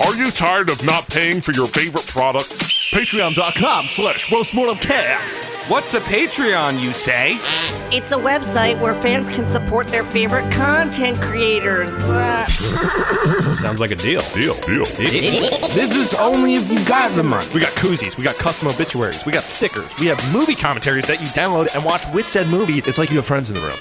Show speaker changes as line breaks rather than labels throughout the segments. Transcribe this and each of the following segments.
Are you tired of not paying for your favorite product? Patreon.com slash roastmortemcast.
What's a Patreon, you say?
It's a website where fans can support their favorite content creators. Uh,
Sounds like a deal.
Deal, deal.
This is only if you got the money.
We got koozies, we got custom obituaries, we got stickers, we have movie commentaries that you download and watch with said movie. It's like you have friends in the room.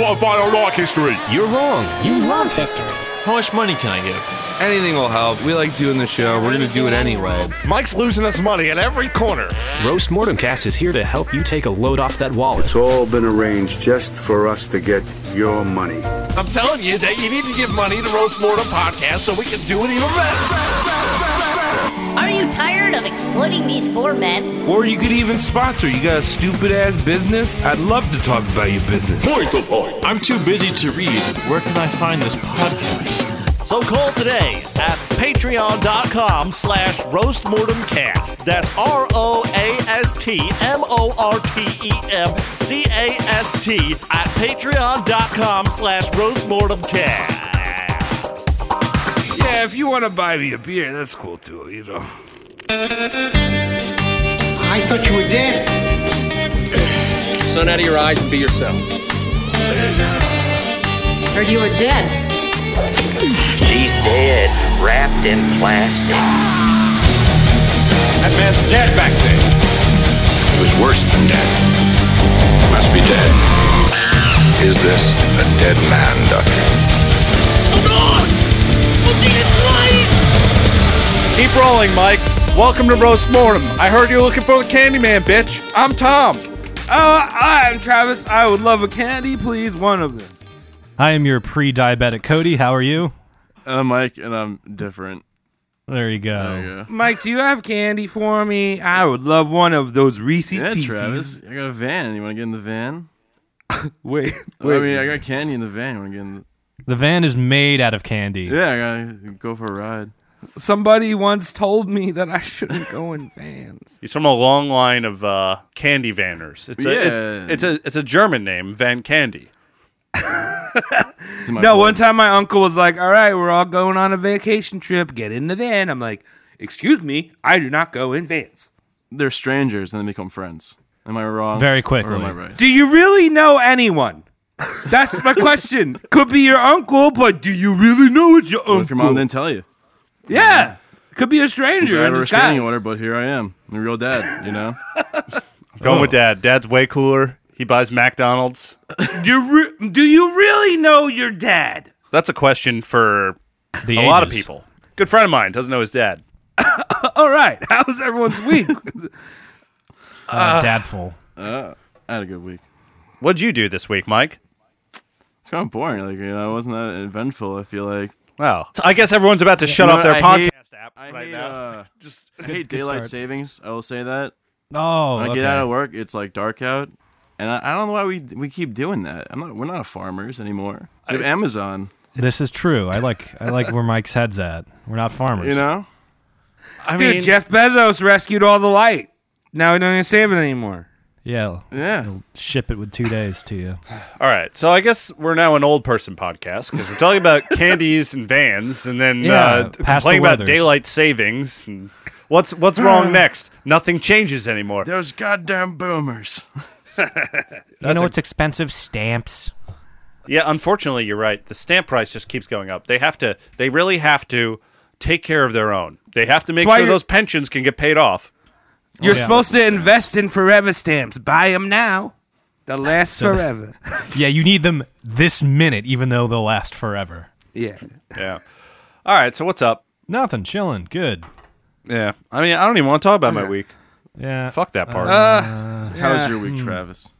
What if I don't like history?
You're wrong.
You love history.
How much money can I give?
Anything will help. We like doing the show. We're gonna do it anyway.
Mike's losing us money at every corner.
Roast Mortemcast is here to help you take a load off that wallet.
It's all been arranged just for us to get your money.
I'm telling you that you need to give money to Roast Mortem Podcast so we can do it even better.
Are you tired of exploiting these four men?
Or you could even sponsor. You got a stupid ass business? I'd love to talk about your business.
Point to point.
I'm too busy to read. Where can I find this podcast?
So call today at patreon.com slash roastmortemcast. That's E R-O-A-S-T-M-O-R-T-E-M-C-A-S-T at patreon.com slash roastmortemcast.
Yeah, if you want to buy me a beer, that's cool too, you know.
I thought you were dead.
Sun out of your eyes and be yourselves.
Heard you were dead.
She's dead, wrapped in plastic.
That man's dead back there.
It was worse than dead. Must be dead. Is this a dead man, Doctor?
Keep rolling, Mike. Welcome to Roast Mortem. I heard you're looking for the Candyman, bitch. I'm Tom.
Uh, I'm Travis. I would love a candy, please. One of them.
I am your pre diabetic Cody. How are you?
And I'm Mike, and I'm different.
There you go.
There you go.
Mike, do you have candy for me? I would love one of those Reese's
Yeah,
Pieces.
Travis. I got a van. You want to get in the van? Oh,
Wait,
I mean, I got candy in the van. You want to get in the...
The van is made out of candy.
Yeah, I got to go for a ride.
somebody once told me that I shouldn't go in vans.
He's from a long line of uh, candy vanners. It's a,
Yeah.
it's, it's a it's a German name, Van Candy.
This is my
No,
plug.
one time my uncle was like, "All right, we're all going on a vacation trip. Get in the van." I'm like, "Excuse me, I do not go in vans."
They're strangers, and they become friends. Am I wrong?
Very
Or
quickly.
am I right?
Do you really know anyone? That's my question. Could be your uncle, but do you really know it's your uncle?
Well, if your mom didn't tell you,
yeah, could be a
so I
stranger.
had
in
a
disguise.
restraining order, but here I am, the real dad. You know,
Going with dad. Dad's way cooler. He buys McDonald's.
You re- do you really know your dad?
That's a question for
The
a lot of
ages.
people. Good friend of mine doesn't know his dad.
All right, how's everyone's week?
Ah.
Uh, dadful.
I had a good week.
What'd you do this week, Mike?
It's kind of boring. Like you know, it wasn't that eventful. I feel like.
Wow. So I guess everyone's about to shut
You
off
know,
their
I
podcast
hate-
app
I
right
hate,
now.
uh,
Just
I hate daylight
start.
savings. I will say that.
Oh,
When I
okay.
get out of work, it's like dark out, and I, I don't know why we we keep doing that. I'm not. We're not farmers anymore. We have Amazon.
This is true. I like I like where Mike's head's at. We're not farmers.
You know.
I
Dude,
mean,
Jeff Bezos rescued all the light. Now we don't even save it anymore.
Yeah.
Yeah.
Ship it with two days to you.
all right. So I guess we're now an old person podcast because we're talking about candies and vans, and then
Yeah,
uh,
past the
complaining about
weathers.
daylight savings. And what's what's wrong next? Nothing changes anymore.
Those goddamn boomers.
you know what's expensive? Stamps.
Yeah, unfortunately, you're right. The stamp price just keeps going up. They have to. They really have to take care of their own. They have to make
That's why
sure
you're-
those pensions can get paid off.
You're
Oh, yeah.
supposed to invest in forever stamps. Buy them now. They'll last forever.
Yeah, you need them this minute, even though they'll last forever.
yeah.
Yeah. All right. So what's up?
Nothing. Chilling. Good.
Yeah. I mean, I don't even want to talk about my week.
Yeah.
Fuck that part.
How was your
Hmm.
week, Travis?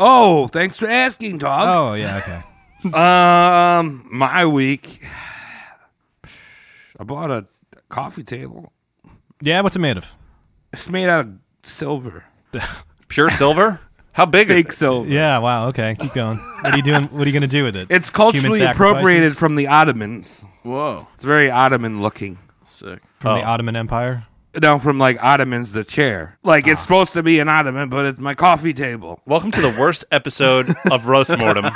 Oh, thanks for asking, dog.
Oh yeah. Okay.
Um, my week. I bought a coffee table.
Yeah. What's it made of?
It's made out of silver,
Pure silver. How big
fake
is it?
silver.
Yeah. Wow. Okay. Keep going. What are you doing? What are you gonna do with it?
It's
Human
culturally
sacrifices?
appropriated from the Ottomans.
Whoa,
It's very Ottoman looking.
sick.
from the
Oh.
Ottoman Empire.
No, from like Ottomans, the chair. Like
Ah.
it's supposed to be an Ottoman, but it's my coffee table.
Welcome to the worst episode of Roast Mortem.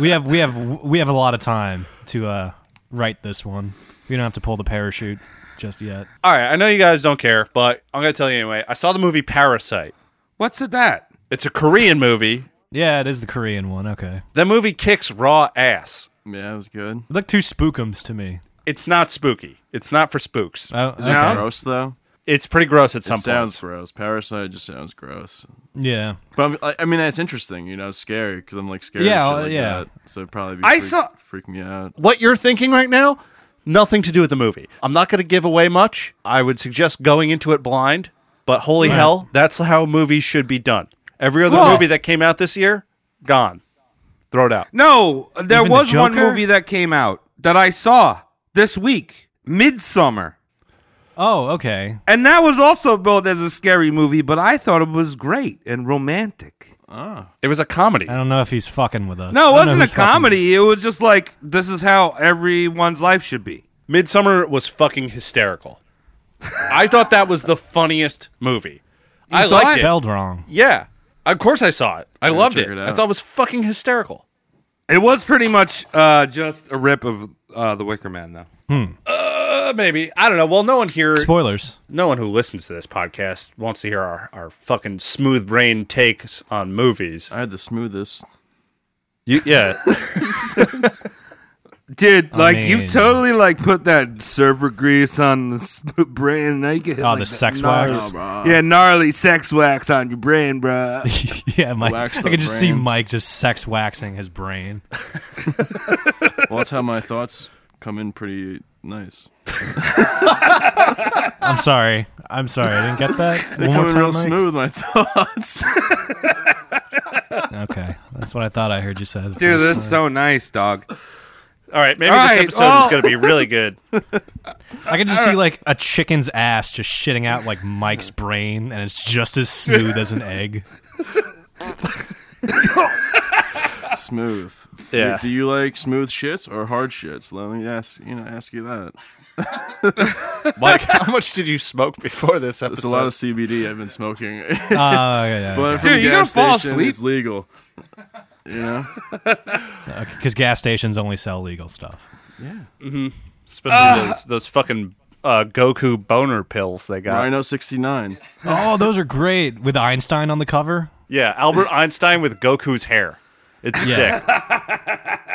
We have we have we have a lot of time to uh, write this one. We don't have to pull the parachute just yet.
All right, I know you guys don't care, but I'm gonna tell you anyway. I saw the movie Parasite.
What's it that?
It's a Korean movie.
Yeah, it is the Korean one. Okay.
That movie kicks raw ass.
Yeah, it was good.
It looked too spookums to me.
It's not spooky. It's not for spooks.
Oh,
Is it okay. gross, though?
It's pretty gross at
It
some
sounds
points.
gross. Parasite just sounds gross.
Yeah.
But I'm, I, I mean, that's interesting. You know, it's scary because I'm like scared.
Yeah,
Yeah,
uh,
well,
like
yeah.
yeah. That, so it'd probably be
I
freak,
saw-
freaking me out.
What you're thinking right now, nothing to do with the movie. I'm not going to give away much. I would suggest going into it blind, but holy
Right.
hell, that's how movies should be done. Every other
Whoa.
movie that came out this year, gone. Throw it out.
No, there
Even the
was one
Joker?
movie that came out that I saw this week, Midsummer,
Oh, okay.
and that was also billed as a scary movie, but I thought it was great and romantic.
Oh.
It was a comedy.
I don't know if he's fucking with us.
No, it
I don't know
wasn't a
who's fucking-
comedy. It was just like this is how everyone's life should be.
Midsummer was fucking hysterical. I thought that was the funniest movie.
You
I
saw
liked
it?
it.
Spelled wrong.
Yeah, of course I saw it. I
Yeah,
loved
check
it.
it
I
out.
thought it was fucking hysterical.
It was pretty much uh, just a rip of uh, The Wicker Man, though.
Uh, maybe I don't know. Well, no one here.
Spoilers.
No one who listens to this podcast wants to hear our, our fucking smooth brain takes on movies. I
had the smoothest.
You, yeah.
Dude,
I
like
mean-
you've totally like put that server grease on the s- brain. Now you can hit,
Oh,
like,
the
that
sex wax?
gnarly-
No, bro.
yeah, gnarly sex wax on your brain, bro.
Yeah, Mike. I
Waxed
could
up
just see
brain.
Mike just sex waxing his brain.
well, that's how my thoughts come in pretty nice.
I'm sorry. I'm sorry. I didn't get that.
They
One more
come
time,
in real
Mike?
smooth, my thoughts.
Okay, that's what I thought I heard you say.
Dude, that's so nice, dog.
All right, maybe
All
this
right,
episode
well-
is going to be really good.
I could just see like a chicken's ass just shitting out like Mike's brain, and it's just as smooth as an egg.
smooth.
Yeah.
Do you like smooth shits or hard shits? Let me ask you know ask you that.
Mike, how much did you smoke before this
It's a lot of CBD I've been smoking. Oh
yeah, yeah,
but
yeah.
from
Dude,
a
you're
gas
gonna fall
station,
asleep.
It's legal. You know.
Because gas stations only sell legal stuff.
Yeah.
Mm-hmm. Especially those, those fucking uh, Goku boner pills they got.
Rhino 69.
Oh, those are great with Einstein on the cover.
Yeah, Albert Einstein with Goku's hair. It's
Yeah.
sick.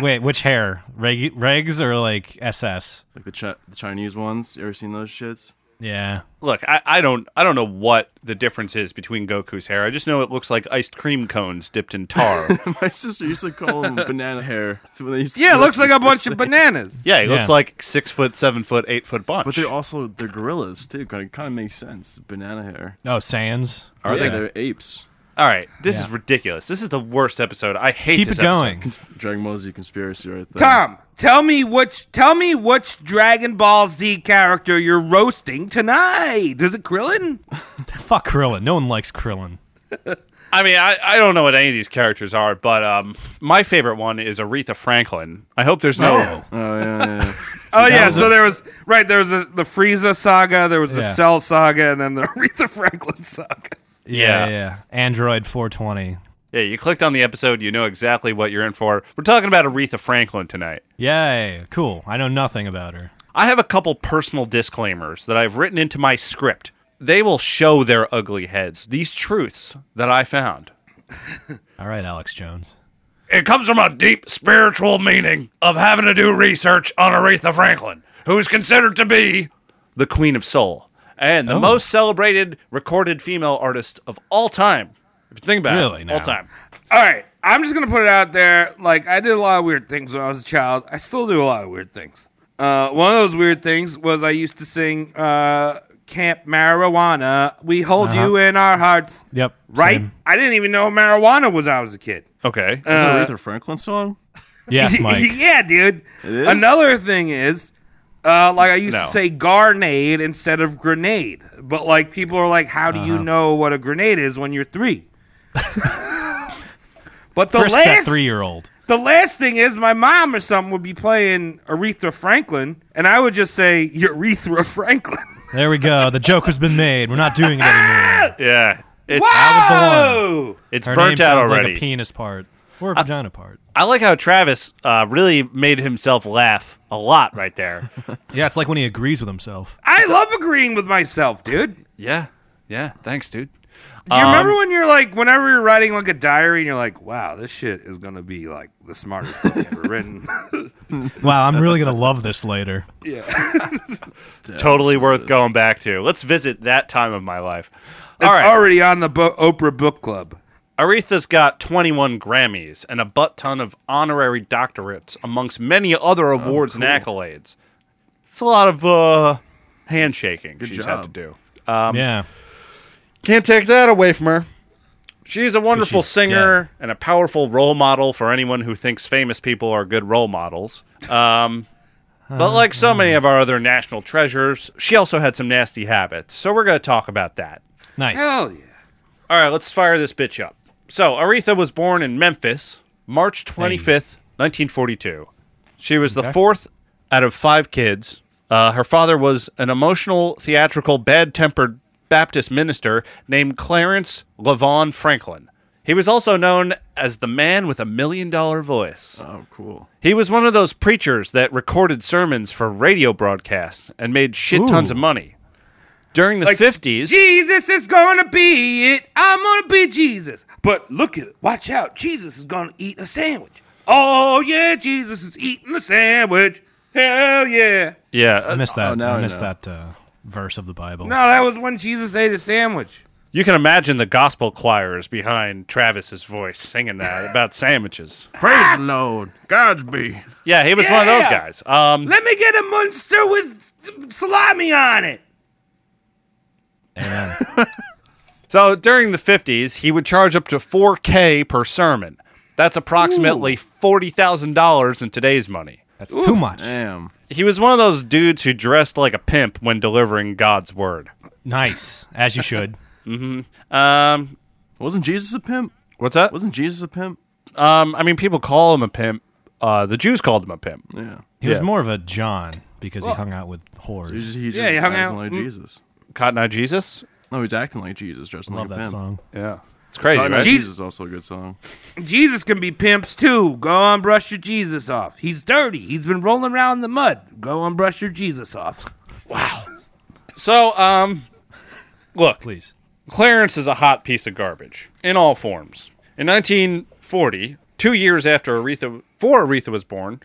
Wait, which hair? Reg- regs or like SS?
Like the, chi- the Chinese ones. You ever seen those shits?
Yeah.
Look, I, I don't I don't know what the difference is between Goku's hair. I just know it looks like iced cream cones dipped in tar.
My sister used to call them banana hair. when they used to-
Yeah, it looks like a bunch of bananas.
yeah, he looks like six foot, seven foot, eight foot bunch.
But they're also they're gorillas too. Kind of, kind of makes sense. Banana hair.
Oh, Sans.
Are
yeah,
they?
They're apes.
All right, this
Yeah.
is ridiculous. This is the worst episode. I hate. this episode.
Cons- Dragon Ball Z conspiracy right there.
Tom, tell me which tell me which Dragon Ball Z character you're roasting tonight. Is it Krillin?
Fuck Krillin. No one likes Krillin.
I mean, I, I don't know what any of these characters are, but um, my favorite one is Aretha Franklin. I hope there's no.
oh yeah. yeah.
Oh
That
yeah,
was
so
a-
there was right there was a, the Frieza saga, there was the
Yeah.
Cell saga, and then the Aretha Franklin saga.
Yeah, yeah. Android 420.
Yeah, you clicked on the episode, you know exactly what you're in for. We're talking about Aretha Franklin tonight.
Yay. Cool. I know nothing about her.
I have a couple personal disclaimers that I've written into my script. They will show their ugly heads. These truths that I found.
All right, Alex Jones.
It comes from a deep spiritual meaning of having to do research on Aretha Franklin, who is considered to be the Queen of Soul and the
Oh.
most celebrated recorded female artist of all time. If you think about
Really
it,
now?
all time.
All right, I'm just gonna put it out there. Like I did a lot of weird things when I was a child. I still do a lot of weird things. Uh, one of those weird things was I used to sing uh, "Camp Marijuana." We hold
Uh-huh.
you in our hearts.
Yep.
Right?
same.
I didn't even know marijuana was when I was a kid.
Okay.
Uh,
is it Aretha Franklin song?
Yes, Mike.
yeah, dude.
It is?
Another thing is, uh, like I used
No.
to say garnade instead of grenade, but like people are like, "How do you
Uh-huh.
know what a grenade is when you're three? but the
Frisk that
last
three year old.
the last thing is, my mom or something would be playing Aretha Franklin, and I would just say Urethra Franklin.
There we go. The joke has been made. We're not doing it anymore.
Yeah. It's,
Whoa!
It's
Her
burnt
name
out
sounds
already.
Like a penis part. Or a vagina part.
I like how Travis uh, really made himself laugh a lot right there.
Yeah, it's like when he agrees with himself.
I love agreeing with myself, dude.
Yeah. Yeah. Thanks, dude.
Do you remember when you're like, whenever you're writing like a diary and you're like, wow, this shit is going to be like the smartest thing ever written?
Wow, I'm really gonna love this later.
yeah.
totally worth going back to. Let's visit that time of my life.
It's already on the Bo- Oprah Book Club.
Aretha's got 21 Grammys and a butt ton of honorary doctorates, amongst many other awards and accolades. It's a lot of uh, handshaking she's had to
job.
do. Um,
yeah.
Can't take that away from her. She's a wonderful
she's
singer and a powerful role model for anyone who thinks famous people are good role models. Um, but like so many of our other national treasures, she also had some nasty habits. So we're going to talk about that.
Nice.
Hell yeah.
All right, let's fire this bitch up. So Aretha was born in Memphis, March 25th, 1942. She was the fourth out of five kids. Uh, her father was an emotional, theatrical, bad tempered Baptist minister named Clarence Levon Franklin. He was also known as the man with a million dollar voice.
Oh, cool.
He was one of those preachers that recorded sermons for radio broadcasts and made shit tons
Ooh.
of money. During the 50s,
Jesus is going to be it. I'm going to be Jesus. But look at it. Watch out. Jesus is going to eat a sandwich. Oh, yeah. Jesus is eating a sandwich. Hell yeah.
Yeah,
I missed that.
oh, now
I
I
missed
know.
that uh, verse of the Bible.
No, that was when Jesus ate a sandwich.
You can imagine the gospel choirs behind Travis's voice singing that about sandwiches.
Praise the Lord. Godspeed.
Yeah, he was one of those
Yeah.
guys. Um,
Let me get a monster with salami on it.
so during the 50s, he would charge up to 4K per sermon. That's approximately $40,000 in today's money.
That's too much.
Damn.
He was one of those dudes who dressed like a pimp when delivering God's word.
Nice, as you should.
Um,
Wasn't Jesus a pimp?
what's that?
Wasn't Jesus a pimp?
Um, I mean, people call him a pimp. Uh, the Jews called him a pimp.
Yeah.
He was
Yeah.
more of a John because he hung out with
He
whores.
just, he just
Yeah, he hung
acting
out.
like
Mm.
Jesus.
Cotton Eye Jesus?
No, he's acting like Jesus, dressing
Love
like
that
a pimp.
song.
Yeah. It's crazy,
Cotton Eye
right?
Je-
Jesus is also a good song.
Jesus can be pimps too. Go on, brush your Jesus off. He's dirty. He's been rolling around in the mud. Go on, brush your Jesus off.
So, um, look,
Please.
Clarence is a hot piece of garbage in all forms. In 1940, two years after Aretha, before Aretha was born,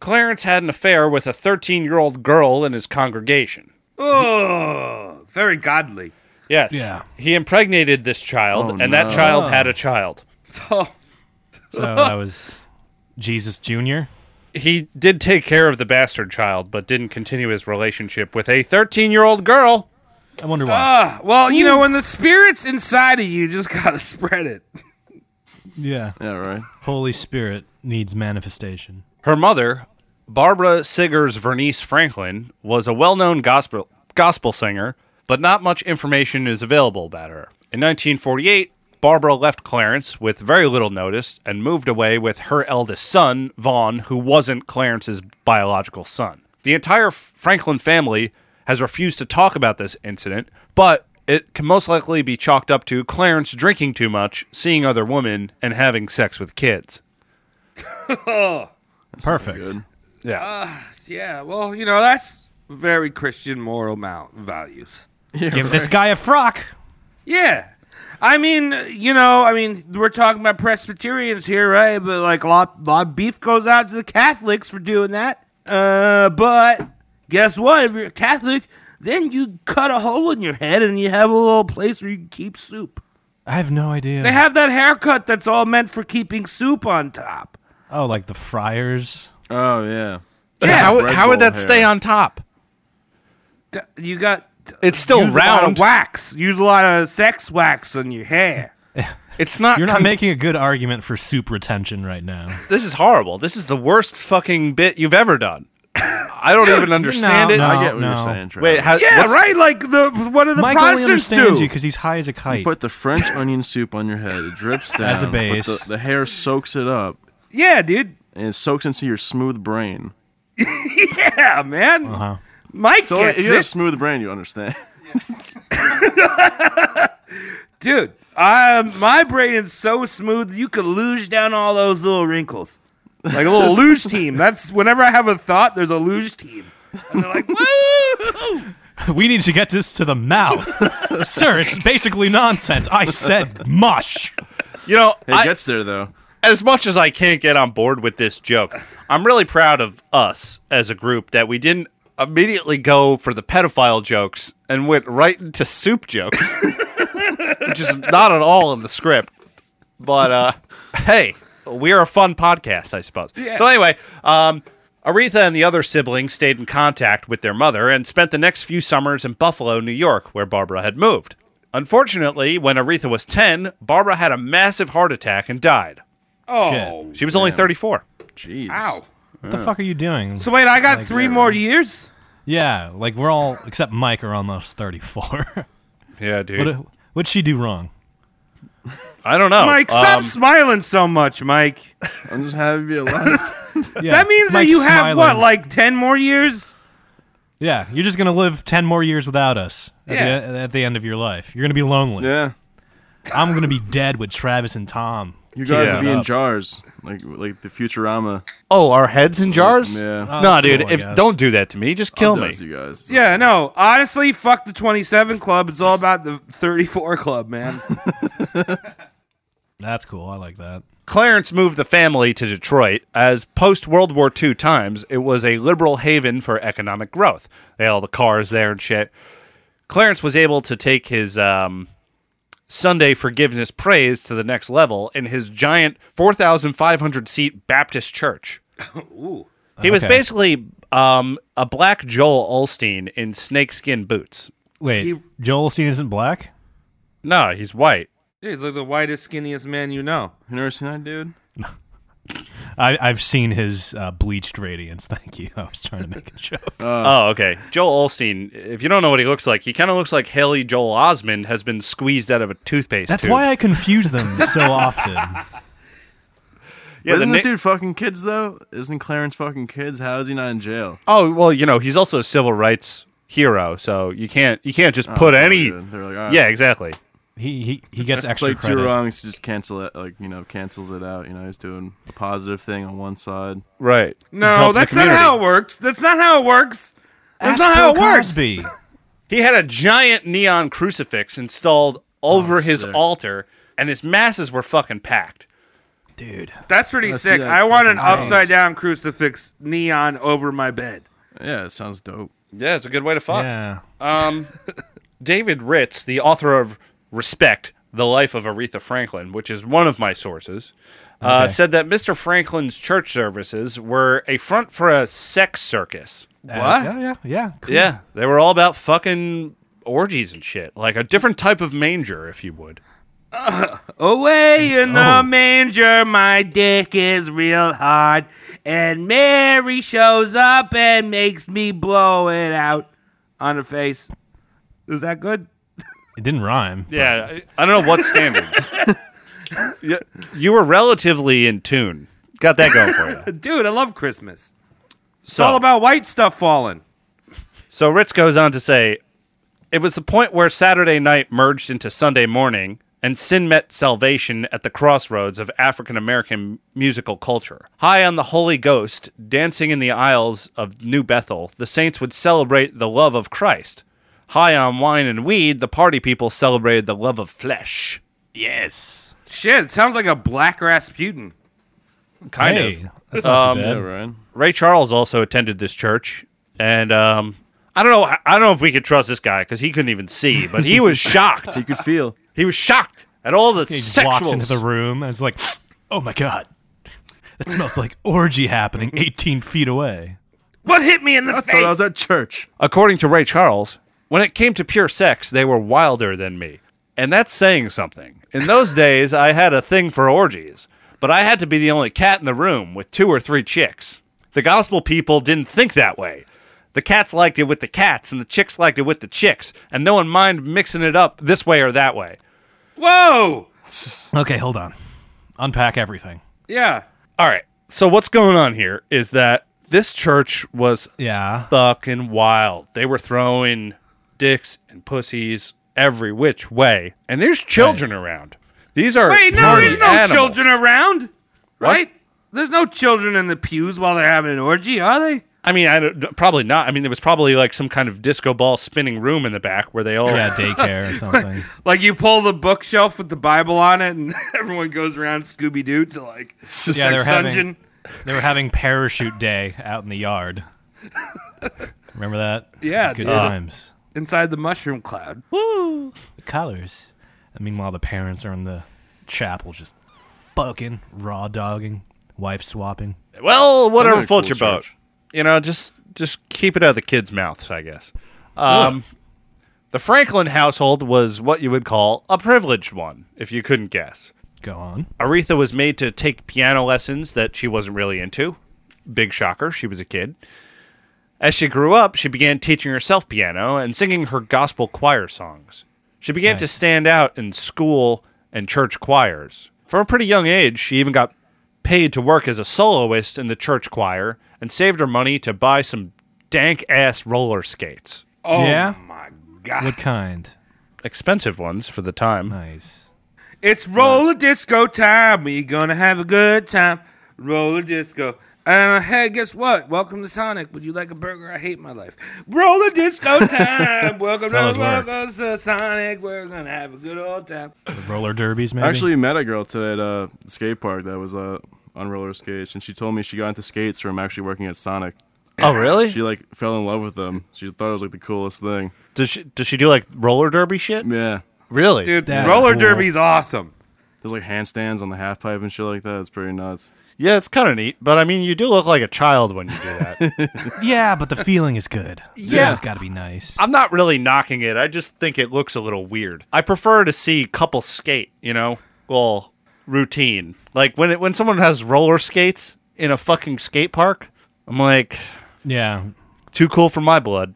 Clarence had an affair with a 13 year old girl in his congregation.
Oh, very godly.
Yes.
Yeah.
He impregnated this child,
Oh,
and that
no.
child had a child.
Oh,
So that was Jesus Junior.
He did take care of the bastard child, but didn't continue his relationship with a 13 year old girl.
I wonder why.
Ah, well, you know, when the spirit's inside of you, you just gotta spread it.
yeah.
Yeah, right.
Holy Spirit needs manifestation.
Her mother, Barbara Siggers Vernice Franklin, was a well-known gospel gospel singer, but not much information is available about her. In 1948, Barbara left Clarence with very little notice and moved away with her eldest son, Vaughn, who wasn't Clarence's biological son. The entire Franklin family has refused to talk about this incident, but it can most likely be chalked up to Clarence drinking too much, seeing other women, and having sex with kids.
Perfect.
Yeah.
Yeah, well, you know, that's very Christian moral mount values.
Give this guy a frock.
Yeah. I mean, you know, I mean, we're talking about Presbyterians here, right? But like a lot, lot of beef goes out to the Catholics for doing that. Uh, but guess what? If you're a Catholic, then you cut a hole in your head and you have a little place where you can keep soup.
I have no idea.
They have that haircut that's all meant for keeping soup on top.
oh, like the friars.
Oh, yeah.
Yeah,
how,
Red
how would
Bull
that stay
hair.
on top?
d- you got
It's still
use a lot
round.
of wax. Use a lot of sex wax on your hair.
It's not.
You're not
com-
making a good argument for soup retention right now.
This is horrible. This is the worst fucking bit you've ever done. I don't even understand
no,
it.
no.
I
I get what
no.
you're saying, Travis.
Wait, how,
Yeah,
what's-
right. Like the what do the
Mike only
Protestants
understands
do?
you because he's high as a kite.
Put the French onion soup on your head. It drips down.
As a
but
base.
The, the hair soaks it up,
yeah, dude.
and it soaks into your smooth brain.
Yeah, man.
Uh-huh.
Mike
So Oh, if
gets
you have a
it.
smooth brain, you understand.
Dude, I, my brain is so smooth you could luge down all those little wrinkles. Like a little luge team. That's whenever I have a thought, there's a luge team.
We need to get this to the mouth. Sir, it's basically nonsense. I said mush.
You know,
It
gets there though.
As much as I can't get on board with this joke, I'm really proud of us as a group that we didn't immediately go for the pedophile jokes and went right into soup jokes, which is not at all in the script. But uh, hey, we are a fun podcast, I suppose.
Yeah.
So anyway, um, Aretha and the other siblings stayed in contact with their mother and spent the next few summers in Buffalo, New York, where Barbara had moved. Unfortunately, when Aretha was 10, Barbara had a massive heart attack and died.
Oh.
She was only
Damn.
34.
Jeez.
Ow.
What the fuck are you doing?
So wait, I got three more years?
Yeah, like we're all except Mike are almost 34.
yeah, dude.
What, what'd she do wrong?
I don't know.
Mike, stop
Um,
smiling so much, Mike.
I'm just happy to be alive.
Yeah,
that means that
Mike's
you have what,
smiling.
like ten more years?
Yeah, you're just gonna live ten more years without us. At,
Yeah.
the, e, at the end of your life, you're gonna be lonely.
Yeah,
I'm gonna be dead with Travis and Tom.
You guys
Kicking
would be
it
in
up.
jars, like like the Futurama.
Oh, our heads in jars?
Yeah.
No, dude. if, don't do that to me. Just kill
do
me.
it to you guys.
Yeah, no. Honestly, fuck the twenty-seven club. It's all about the thirty-four club, man.
That's cool. I like that.
Clarence moved the family to Detroit as post World War II times, it was a liberal haven for economic growth. They had all the cars there and shit. Clarence was able to take his um, Sunday forgiveness praise to the next level in his giant 4,500 seat Baptist church.
Ooh.
He was
Okay.
basically um, a black Joel Olstein in snakeskin boots.
Wait, Joel Osteen isn't black?
No, he's white.
Yeah, he's like the whitest, skinniest man you know.
You never seen that dude?
I, I've seen his uh, bleached radiance. Thank you. I was trying to make a joke.
oh, okay. Joel Olstein. If you don't know what he looks like, he kind of looks like Haley Joel Osmond has been squeezed out of a toothpaste.
That's
tube.
why I confuse them so often.
Yeah,
Yeah, isn't
the
this
na-
dude fucking kids though? Isn't Clarence fucking kids? How is he not in jail?
Oh well, you know he's also a civil rights hero, so you can't you can't just
Oh,
put
that's all
any.
good. They're like, all right.
Yeah, exactly.
He he, he gets
It's
extra
like
credit.
two wrongs, just cancel it. Like you know, cancels it out. You know, he's doing a positive thing on one side.
Right.
No, that's not how it works. That's not how it works. That's not how it works.
he had a giant neon crucifix installed over his
sick.
altar, and his masses were fucking packed.
Dude,
That's pretty
Let's see
sick.
that
I want an
fucking thing.
upside down crucifix neon over my bed.
Yeah, it sounds dope.
Yeah, it's a good way to fuck.
Yeah.
Um, David Ritz, the author of Respect, The Life of Aretha Franklin, which is one of my sources, uh,
Okay.
said that Mr. Franklin's church services were a front for a sex circus.
Uh, yeah, yeah, yeah. cool.
Yeah, they were all about fucking orgies and shit. Like a different type of manger, if you would.
Away in
Oh.
the manger, my dick is real hard, and Mary shows up and makes me blow it out on her face. Is that good?
It didn't rhyme.
Yeah, I, I don't know what standards. you, you were relatively in tune. Got that going for you.
Dude, I love Christmas. It's
So-
all about white stuff falling.
So Ritz goes on to say, it was the point where Saturday night merged into Sunday morning, and sin met salvation at the crossroads of African American musical culture. High on the Holy Ghost, dancing in the aisles of New Bethel, the saints would celebrate the love of Christ. High on wine and weed, the party people celebrated the love of flesh.
Yes. Shit, it sounds like a black Rasputin.
Kind of. Um, Ray Charles also attended this church, and um, I don't know. I- I don't know if we could trust this guy because he couldn't even see, but he was shocked. he
could feel.
He was shocked at all the
He just walks
sexuals.
into the room and is like, "Oh my god, that smells like orgy happening 18 feet away."
What hit me in the face?
at church.
According to Ray Charles, when it came to pure sex, they were wilder than me, and that's saying something. In those days, I had a thing for orgies, but I had to be the only cat in the room with two or three chicks. The gospel people didn't think that way. The cats liked it with the cats, and the chicks liked it with the chicks, and no one mind mixing it up this way or that way.
Whoa!
Okay, hold on. Unpack everything.
Yeah.
All right. So what's going on here is that this church was
yeah
fucking wild. They were throwing dicks and pussies every which way. And there's children around. These are
Wait, no,
party
there's no
animals.
children around, right? There's no children in the pews while they're having an orgy, are they?
I mean, I don't, probably not. I mean, there was probably like some kind of disco ball spinning room in the back where they all
Yeah, daycare or something.
Like you pull the bookshelf with the Bible on it, and everyone goes around Scooby Doo to like
yeah, they're having,
dungeon.
they were having parachute day out in the yard. Remember that?
yeah,
good
dude.
times.
inside the mushroom cloud.
Woo! The colors. And meanwhile, the parents are in the chapel just fucking raw dogging, wife swapping.
Well, whatever
Another
floats
cool
your boat.
church.
You know, just just keep it out of the kids' mouths, I guess. Um, the Franklin household was what you would call a privileged one, if you couldn't guess.
Go on.
Aretha was made to take piano lessons that she wasn't really into. Big shocker, she was a kid. As she grew up, she began teaching herself piano and singing her gospel choir songs. She began to stand out in school and church choirs. From a pretty young age, she even got paid to work as a soloist in the church choir and saved her money to buy some dank ass roller skates.
Oh
Yeah?
my god!
What kind?
Expensive ones for the time.
Nice.
It's roller disco time. We gonna have a good time. Roller disco. And uh, hey, guess what? Welcome to Sonic. Would you like a burger? I hate my life. Roller disco time. Welcome
It's
to
always worked.
welcome to Sonic. We're gonna have a good old time.
The roller derbies, maybe?
I actually met a girl today at a skate park that was uh, on roller skates, and she told me she got into skates from actually working at Sonic.
Oh, really?
she like fell in love with them. She thought it was like the coolest thing.
Does she does she do like roller derby shit?
Yeah,
really,
Dude, roller derby's awesome.
There's like handstands on the half pipe and shit like that. It's pretty nuts.
Yeah, it's kind of neat, but I mean, you do look like a child when you do that.
Yeah, but the feeling is good.
Yeah.
It's got to be nice.
I'm not really knocking it. I just think it looks a little weird. I prefer to see couple skate, you know, well, routine. Like when it, when someone has roller skates in a fucking skate park, I'm like,
yeah,
too cool for my blood.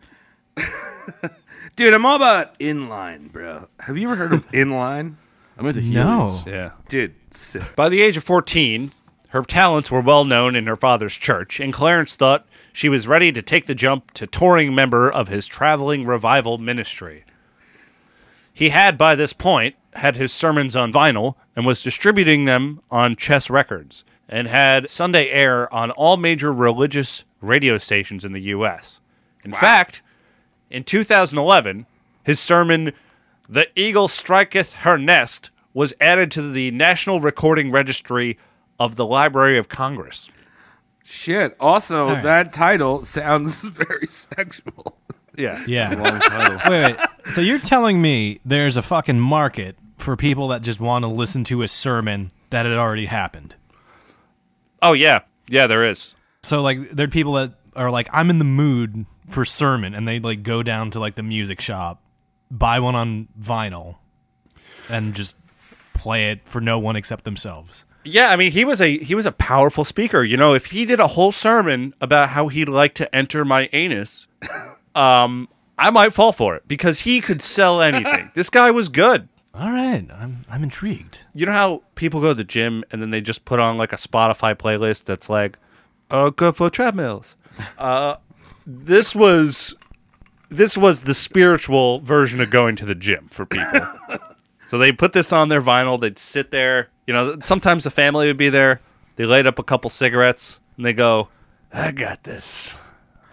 Dude, I'm all about inline, bro. Have you ever heard of inline?
I'm into
No.
Yeah.
Dude, sick.
By the age of 14, her talents were well known in her father's church, and Clarence thought she was ready to take the jump to touring member of his traveling revival ministry. He had, by this point, had his sermons on vinyl and was distributing them on Chess Records, and had Sunday air on all major religious radio stations in the U.S. In fact, in 2011, his sermon, The Eagle Striketh Her Nest, was added to the National Recording Registry of the Library of Congress.
Shit. Also,
All right.
that title sounds very sexual.
Yeah.
Yeah.
Oh,
wait, wait. So you're telling me there's a fucking market for people that just want to listen to a sermon that had already happened?
Oh, yeah. Yeah, there is.
So like there are people that are like, I'm in the mood for sermon, and they like go down to like the music shop, buy one on vinyl, and just play it for no one except themselves.
Yeah, I mean he was a he was a powerful speaker. You know, if he did a whole sermon about how he'd like to enter my anus, um, I might fall for it because he could sell anything. this guy was good.
All right, I'm I'm intrigued.
You know how people go to the gym and then they just put on like a Spotify playlist that's like, uh, good for treadmills. Uh, this was this was the spiritual version of going to the gym for people. so they put this on their vinyl. They'd sit there. You know, sometimes the family would be there. They light up a couple cigarettes and they go, "I got this.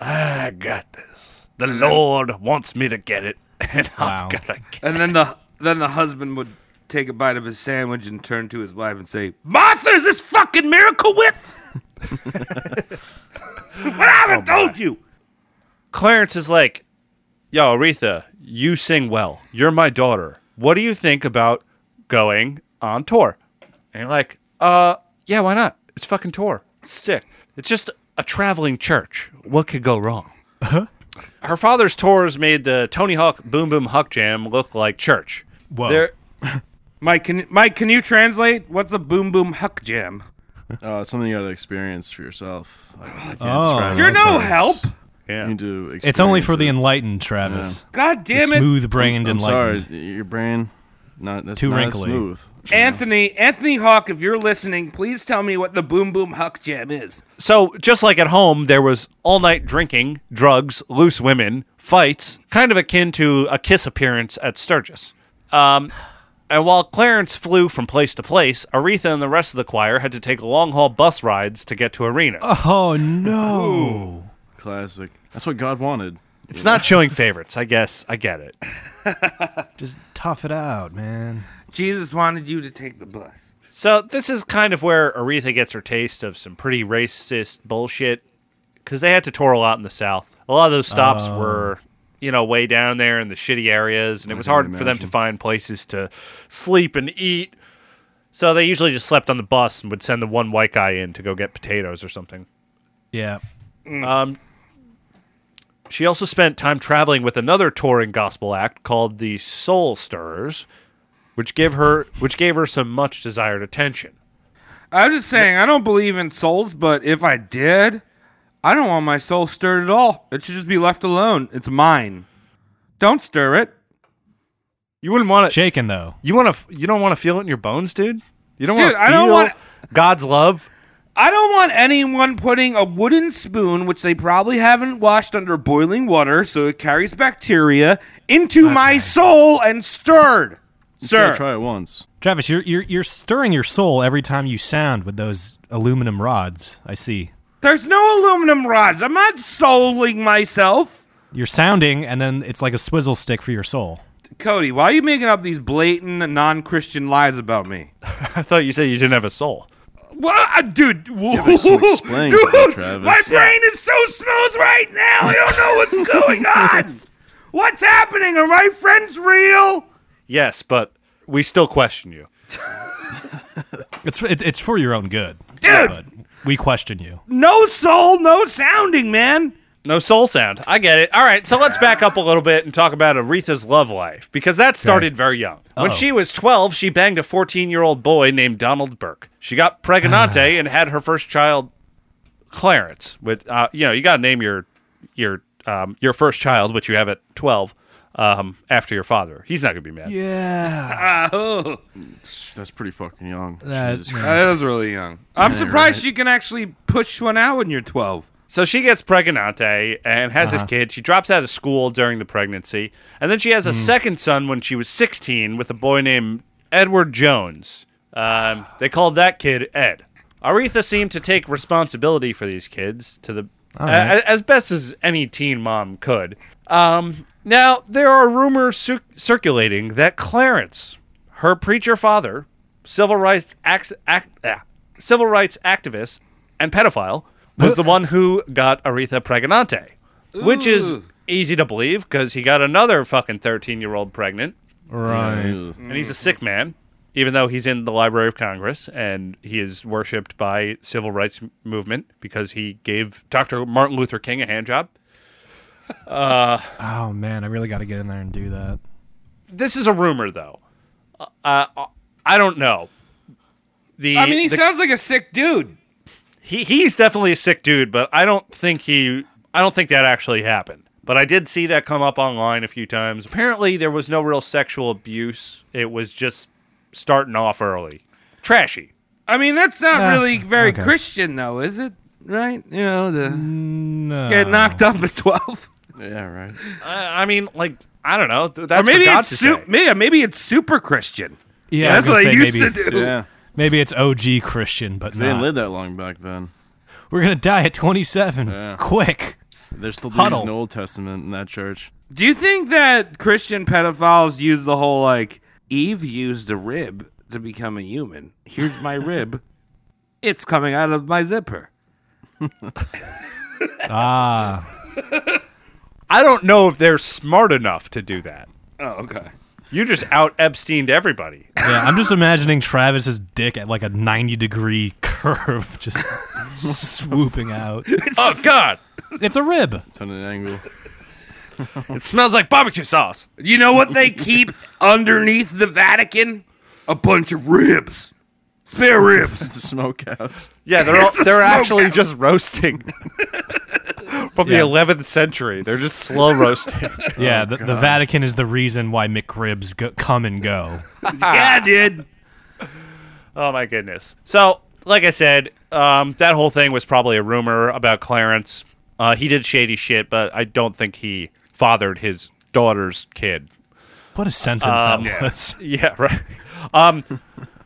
I got this. The Lord wants me to get it, and I'm gonna
And then the then the husband would take a bite of his sandwich and turn to his wife and say, "Martha, is this fucking miracle whip? what haven't
Oh, my.
told you?"
Clarence is like, Yo, Aretha, you sing well. You're my daughter. What do you think about going on tour? And you're like, Uh, yeah, why not? It's fucking tour. It's sick. It's just a traveling church. What could go wrong? Her father's tours made the Tony Hawk Boom Boom Huck Jam look like church.
Whoa.
Mike, can Mike, can you translate? What's a boom boom huck jam?
Uh, it's something you got to experience for yourself. I, I can't
Oh.
describe
You're
it.
no
It's-
help.
Yeah.
You need to
It's only
experience
for
it.
the enlightened, Travis.
God damn
the
it.
Smooth brained
I'm
enlightened.
sorry, your brain Not that's
Too
not as
wrinkly.
smooth.
Anthony, Anthony Hawk, if you're listening, please tell me what the Boom Boom Huck Jam is.
So, just like at home, there was all night drinking, drugs, loose women, fights, kind of akin to a kiss appearance at Sturgis. Um, and while Clarence flew from place to place, Aretha and the rest of the choir had to take long haul bus rides to get to arenas.
Oh no!
Classic. That's what God wanted.
It's not showing favorites, I guess. I get it.
Just tough it out, man.
Jesus wanted you to take the bus.
So this is kind of where Aretha gets her taste of some pretty racist bullshit because they had to tour a lot in the South. A lot of those stops
Oh.
were, you know, way down there in the shitty areas, and it
I
was
can
hard for them to
imagine.
find places to sleep and eat. So they usually just slept on the bus and would send the one white guy in to go get potatoes or something.
Yeah.
Um, she also spent time traveling with another touring gospel act called the Soul Stirrers, which give her which gave her some much desired attention.
I'm just saying, I don't believe in souls, but if I did, I don't want my soul stirred at all. It should just be left alone. It's mine. Don't stir it.
You wouldn't want it
shaken though.
You want to you don't want to feel it in your bones, dude. You don't want
Dude,
to
I don't want-
God's love.
I don't want anyone putting a wooden spoon, which they probably haven't washed under boiling water, so it carries bacteria, into my soul and stirred. Sir.
it once.
Travis, you're, you're you're stirring your soul every time you sound with those aluminum rods. I see.
There's no aluminum rods. I'm not souling myself.
You're sounding, and then it's like a swizzle stick for your soul.
Cody, why are you making up these blatant non Christian lies about me?
I thought you said you didn't have a soul.
What? Uh, dude,
there's some explaining to
dude,
that, Travis.
my
Yeah.
brain is so smooth right now. I don't know what's going on. What's happening? Are my friends real?
Yes, but we still question you.
It's it, it's for your own good,
Dude.
But we question you.
No soul, no sounding, man.
No soul sound. I get it. All right, so let's back up a little bit and talk about Aretha's love life because that started very young. When
Uh-oh.
she was 12, she banged a 14-year-old boy named Donald Burke. She got pregnante and had her first child Clarence. With uh, you know, you got to name your your um, your first child which you have at 12 um, after your father. He's not going to be mad.
Yeah.
That's pretty fucking young.
That-
Jesus
yeah.
Christ.
that is really young. I'm
Yeah,
surprised
right.
you can actually push one out when you're 12.
So she gets pregnante and has this
Uh-huh.
kid. She drops out of school during the pregnancy. And then she has a
Hmm.
second son when she was 16 with a boy named Edward Jones. Um, they called that kid Ed. Aretha seemed to take responsibility for these kids to the
All right.
a- as best as any teen mom could. Um, now, there are rumors cir- circulating that Clarence, her preacher father, civil rights, act- act- ah, civil rights activist, and pedophile, was the one who got Aretha pregnante, which is
Ooh.
easy to believe because he got another fucking 13 year old pregnant.
Right.
Ew.
And he's a sick man, even though he's in the Library of Congress and he is worshipped by civil rights m- movement because he gave Dr. Martin Luther King a hand job. Uh,
Oh man, I really got to get in there and do that.
this is a rumor, though. Uh, I don't know. The
I mean, he
the-
sounds like a sick dude.
he he's definitely a sick dude, but I don't think he I don't think that actually happened. But I did see that come up online a few times. Apparently, there was no real sexual abuse. It was just starting off early, trashy.
I mean, that's not
Yeah,
really very
okay.
Christian, though, is it? Right? You know, the get knocked up at 12.
Yeah, right.
I, I mean, like I don't know. Th-
Or
That's
maybe
for God
it's
to
su-
say.
maybe, maybe it's super Christian.
Yeah, I was
that's what
gonna
I
say
used
maybe-
to do.
Yeah. Maybe it's OG Christian, but
They didn't
not.
live that long back then.
We're gonna die at 27. Quick.
They're still
Huddle.
using the Old Testament in that church.
Do you think that Christian pedophiles use the whole like Eve used a rib to become a human? Here's my rib. It's coming out of my zipper.
Ah.
I don't know if they're smart enough to do that.
Oh, okay.
You just out Epsteined everybody.
Yeah, I'm just imagining Travis's dick at like a 90 degree curve, just swooping out.
oh God!
It's a rib.
It's on an angle.
it smells like barbecue sauce.
You know what they keep underneath the Vatican? A bunch of ribs. Spare ribs.
it's a smokehouse.
Yeah, they're all,
It's a
they're
smokehouse.
actually just roasting From
Yeah.
the 11th century. They're just slow roasting.
yeah, the, the Vatican is the reason why McRibs go, come and go.
yeah, dude. Oh my goodness. So, like I said, um, that whole thing was probably a rumor about Clarence. Uh, he did shady shit, but I don't think he fathered his daughter's kid.
What a sentence that
Um,
was.
Yeah, right. Um,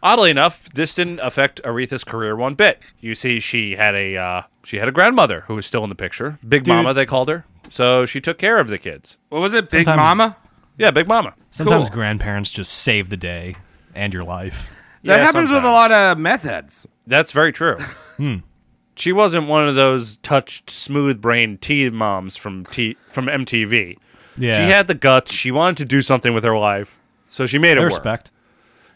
oddly enough, this didn't affect Aretha's career one bit. You see, she had a uh, she had a grandmother who was still in the picture, Big
Dude.
Mama they called her. So she took care of the kids.
What was it, Big
Sometimes-
Mama?
Yeah, Big Mama.
Sometimes
Cool.
grandparents just save the day and your life.
That happens with a lot of meth heads.
That's very true.
Hmm.
She wasn't one of those touched, smooth-brained tea moms from T from MTV.
Yeah.
she had the guts. She wanted to do something with her life, so she made it
I
work.
respect.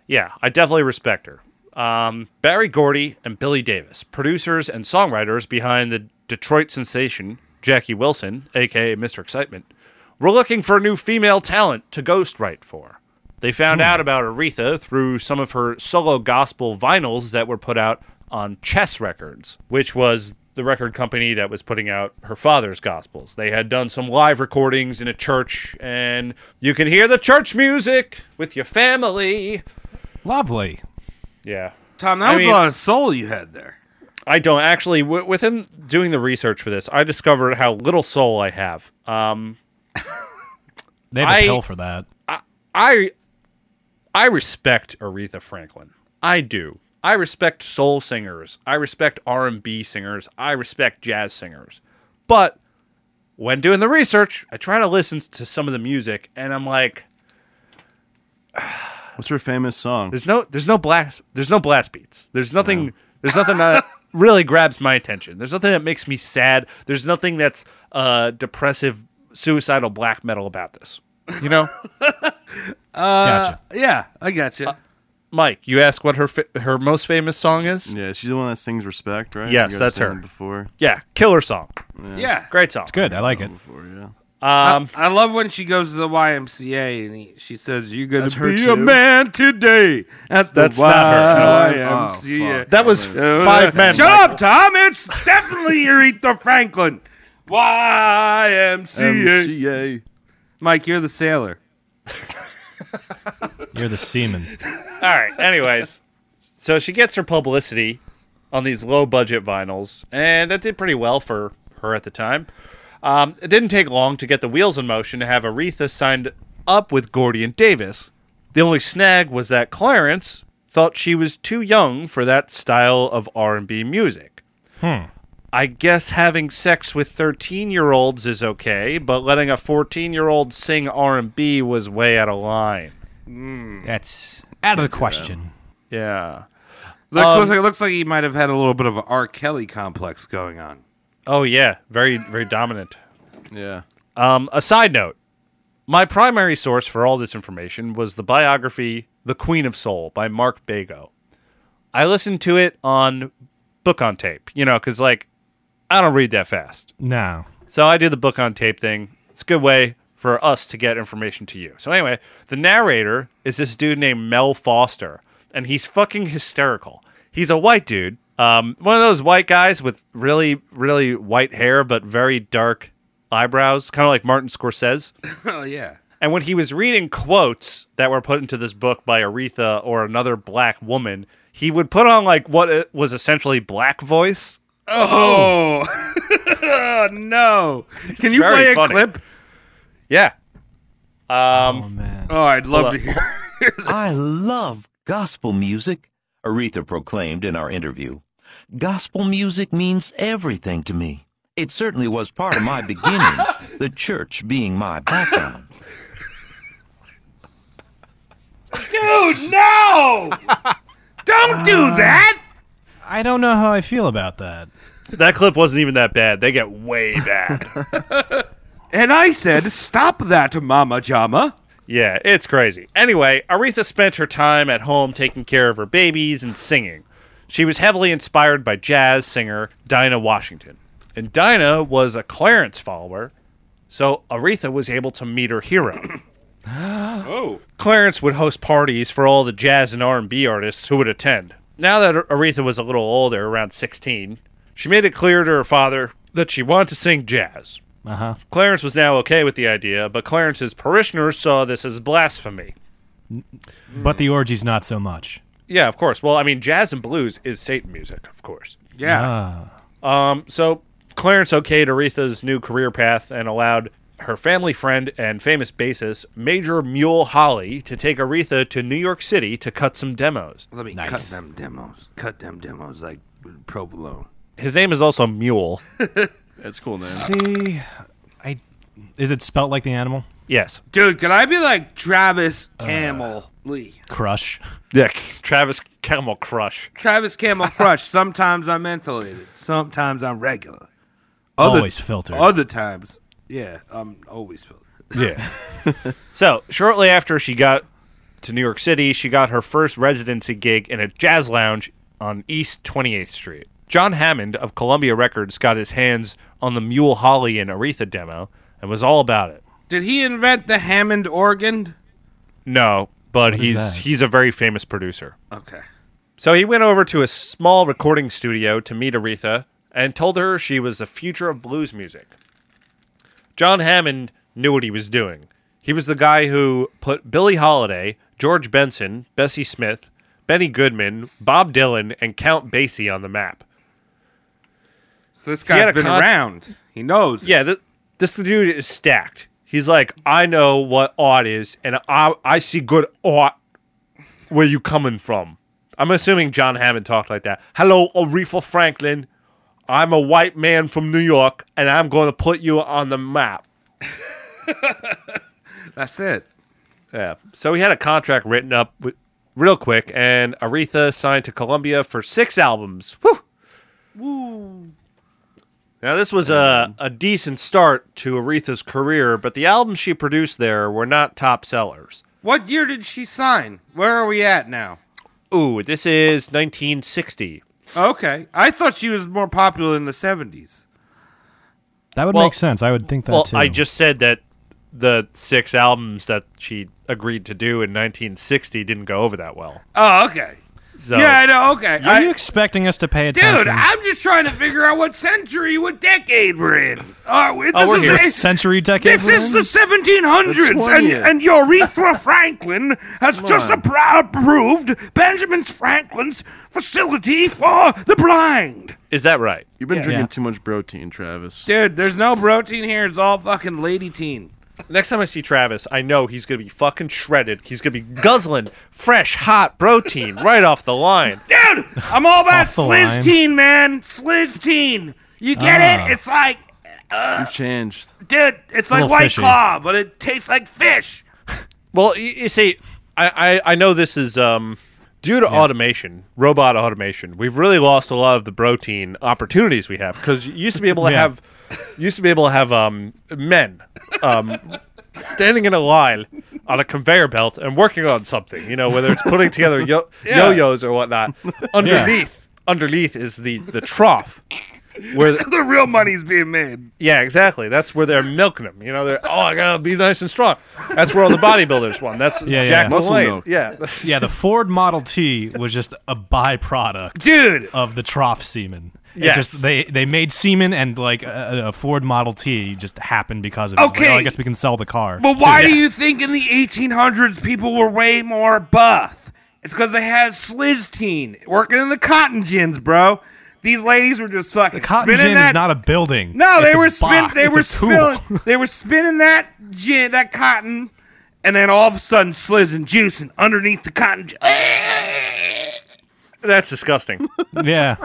Yeah, I definitely respect her. Um, Barry Gordy and Billy Davis, producers and songwriters behind the Detroit sensation Jackie Wilson, aka Mr. Excitement, were looking for a new female talent to ghostwrite for. They found out about Aretha through some of her solo gospel vinyls that were put out on Chess Records, which was the record company that was putting out her father's gospels. They had done some live recordings in a church, and you can hear the church music with your family.
Lovely.
Yeah.
Tom, that was a lot of soul you had there.
I don't actually. W- within doing the research for this, I discovered how little soul I have. Um,
They have a
I-
pill for that.
I, I, I respect Aretha Franklin. I do. I respect soul singers. I respect R and B singers. I respect jazz singers. But when doing the research, I try to listen to some of the music, and I'm like,
What's her famous song?
There's no there's no blast there's no blast beats. There's nothing there's nothing that really grabs my attention. There's nothing that makes me sad. There's nothing that's uh depressive suicidal black metal about this. You know?
Uh, Yeah, I gotcha.
Mike, you ask what her fa- her most famous song is?
Yeah, she's the one that sings "Respect," right?
Yes,
You guys
that's
sang
her.
it Before,
Yeah, killer song.
Yeah.
Great song. It's
good. I like it.
Um,
I, I love when she goes to the YMCA and he, she says, "You're gonna
That's her
be a
too.
man today." At the
That's not her. No.
YMCA.
Oh, fuck. That was five men,
Shut
Michael.
up, Tom. It's definitely Aretha Franklin. Ah! YMCA. Mike, you're the sailor.
You're the semen.
All right. Anyways, so she gets her publicity on these low budget vinyls, and that did pretty well for her at the time. Um, it didn't take long to get the wheels in motion to have Aretha signed up with Gordy and Davis. The only snag was that Clarence thought she was too young for that style of R&B music.
Hmm.
I guess having sex with 13-year-olds is okay, but letting a 14-year-old sing R&B was way out of line.
That's out of the question.
Yeah.
Look,
Um,
looks, like, looks like he might have had a little bit of an R. Kelly complex going on.
Oh yeah, very very dominant.
Yeah.
Um, a side note: my primary source for all this information was the biography "The Queen of Soul" by Mark Bago. I listened to it on book on tape, you know, because like I don't read that fast,
No.
so I do the book on tape thing. It's a good way for us to get information to you. So anyway, the narrator is this dude named Mel Foster, and he's fucking hysterical. He's a white dude. Um, one of those white guys with really, really white hair, but very dark eyebrows, kind of like Martin Scorsese.
oh yeah.
And when he was reading quotes that were put into this book by Aretha or another black woman, he would put on like what it was essentially black voice.
Oh, no! Oh, Can you
very
play a
funny.
clip?
Yeah. Um, oh
man.
Oh, I'd love to
Hold
hear.
I love gospel music, Aretha proclaimed in our interview. Gospel music means everything to me. It certainly was part of my beginnings, the church being my background.
Dude, no! Don't do that!
I don't know how I feel about that.
That clip wasn't even that bad. They get way bad.
And I said, "Stop that, Mama Jama."
Yeah, it's crazy. Anyway, Aretha spent her time at home taking care of her babies and singing. She was heavily inspired by jazz singer Dinah Washington. And Dinah was a Clarence follower, so Aretha was able to meet her hero.
oh.
Clarence would host parties for all the jazz and R&B artists who would attend. Now that Aretha was a little older, around 16, she made it clear to her father that she wanted to sing jazz.
Uh huh.
Clarence was now okay with the idea, but Clarence's parishioners saw this as blasphemy.
But the orgies not so much.
Yeah, of course. Well, I mean, jazz and blues is Satan music, of course.
Yeah.
Um, so Clarence okayed Aretha's new career path and allowed her family friend and famous bassist, Major Mule Holly, to take Aretha to New York City to cut some demos.
Let me cut them demos. Cut them demos like provolone.
His name is also Mule.
That's cool, man.
See, I is it spelt like the animal?
Yes.
Dude, can I be like Travis
Uh,
Camel Lee?
Crush.
Yeah, Travis Camel Crush.
Travis Camel Crush. Sometimes I'm mentholated. Sometimes I'm regular.
Always filtered.
Other times, yeah, I'm always filtered.
Yeah. so shortly after she got to New York City, she got her first residency gig in a jazz lounge on East 28th Street. John Hammond of Columbia Records got his hands on the Mule Holly and Aretha demo and was all about it.
Did he invent the Hammond organ?
No, but
What is
he's
that?
he's a very famous producer.
Okay.
So he went over to a small recording studio to meet Aretha and told her she was the future of blues music. John Hammond knew what he was doing. He was the guy who put Billie Holiday, George Benson, Bessie Smith, Benny Goodman, Bob Dylan, and Count Basie on the map.
So this
He had
guy's
a
been
con-
around. He knows.
Yeah, this, this dude is stacked. He's like, I know what art is, and I I see good art. Where you coming from? I'm assuming John Hammond talked like that. Hello, Aretha Franklin. I'm a white man from New York, and I'm going to put you on the map.
That's it.
Yeah. So he had a contract written up wi- real quick, and Aretha signed to Columbia for six albums. Whew.
Woo.
Now, this was a, a decent start to Aretha's career, but the albums she produced there were not top sellers.
What year did she sign? Where are we at now?
Ooh, this is 1960.
Okay. I thought she was more popular in the 70s.
That would
Well-
make sense. I would think that
well,
too.
I just said that the six albums that she agreed to do in 1960 didn't go over that well.
Oh, okay.
So-
yeah, I know. Okay.
Are
I-
you expecting us to pay
dude,
attention?
I'm just trying to figure out what century, what decade we're in. Oh, it-
Oh,
this
we're
is
here.
a-
What century decade
This
we're
is
in?
the 1700s, and,
20th.
and Urethra Franklin has
Come
just
on.
appro- approved Benjamin Franklin's facility for the blind.
Is that right?
You've been
Yeah.
drinking
Yeah.
too much protein, Travis.
Dude, there's no protein here. It's all fucking lady teen.
Next time I see Travis, I know he's going to be fucking shredded. He's going to be guzzling fresh, hot protein right off the line.
Dude, I'm all about
Off the
Sliz
line.
Teen, man. Sliz Teen. You get
Ah.
it? It's like,
You've changed.
dude, it's
A
like
little
White
fishy.
Claw, but it tastes like fish.
Well, you, you see, I, I, I know this is um, due to automation, robot automation. We've really lost a lot of the protein opportunities we have because you used to be able to
Yeah.
have, you used to be able to have um, men um, standing in a line on a conveyor belt and working on something. You know, whether it's putting together yo-
Yeah.
yo-yos or whatnot. Underneath, underneath is the the trough. Where
That's the real money's being made.
yeah, exactly. That's where they're milking them. You know, they're oh, I gotta be nice and strong. That's where all the bodybuilders won. That's
yeah, yeah,
Jack
yeah.
LaLanne. Yeah,
yeah. The Ford Model T was just a byproduct,
dude,
of the trough semen. It
Yes.
just they they made semen and like a, a Ford Model T just happened because of it. It's like,
Okay.
oh, I guess we can sell the car.
But why
So-
do you think in the 1800s people were way more buff? It's because they had Sliz Teen working in the cotton gins, bro. These ladies were just fucking
Cotton
spinning
gin
that.
is not a building.
No,
It's
they
a
were spin-
box.
they
It's
were
a tool.
spilling they were spinning that gin that cotton and then all of a sudden slizzing juicing underneath the cotton gin.
That's disgusting.
yeah.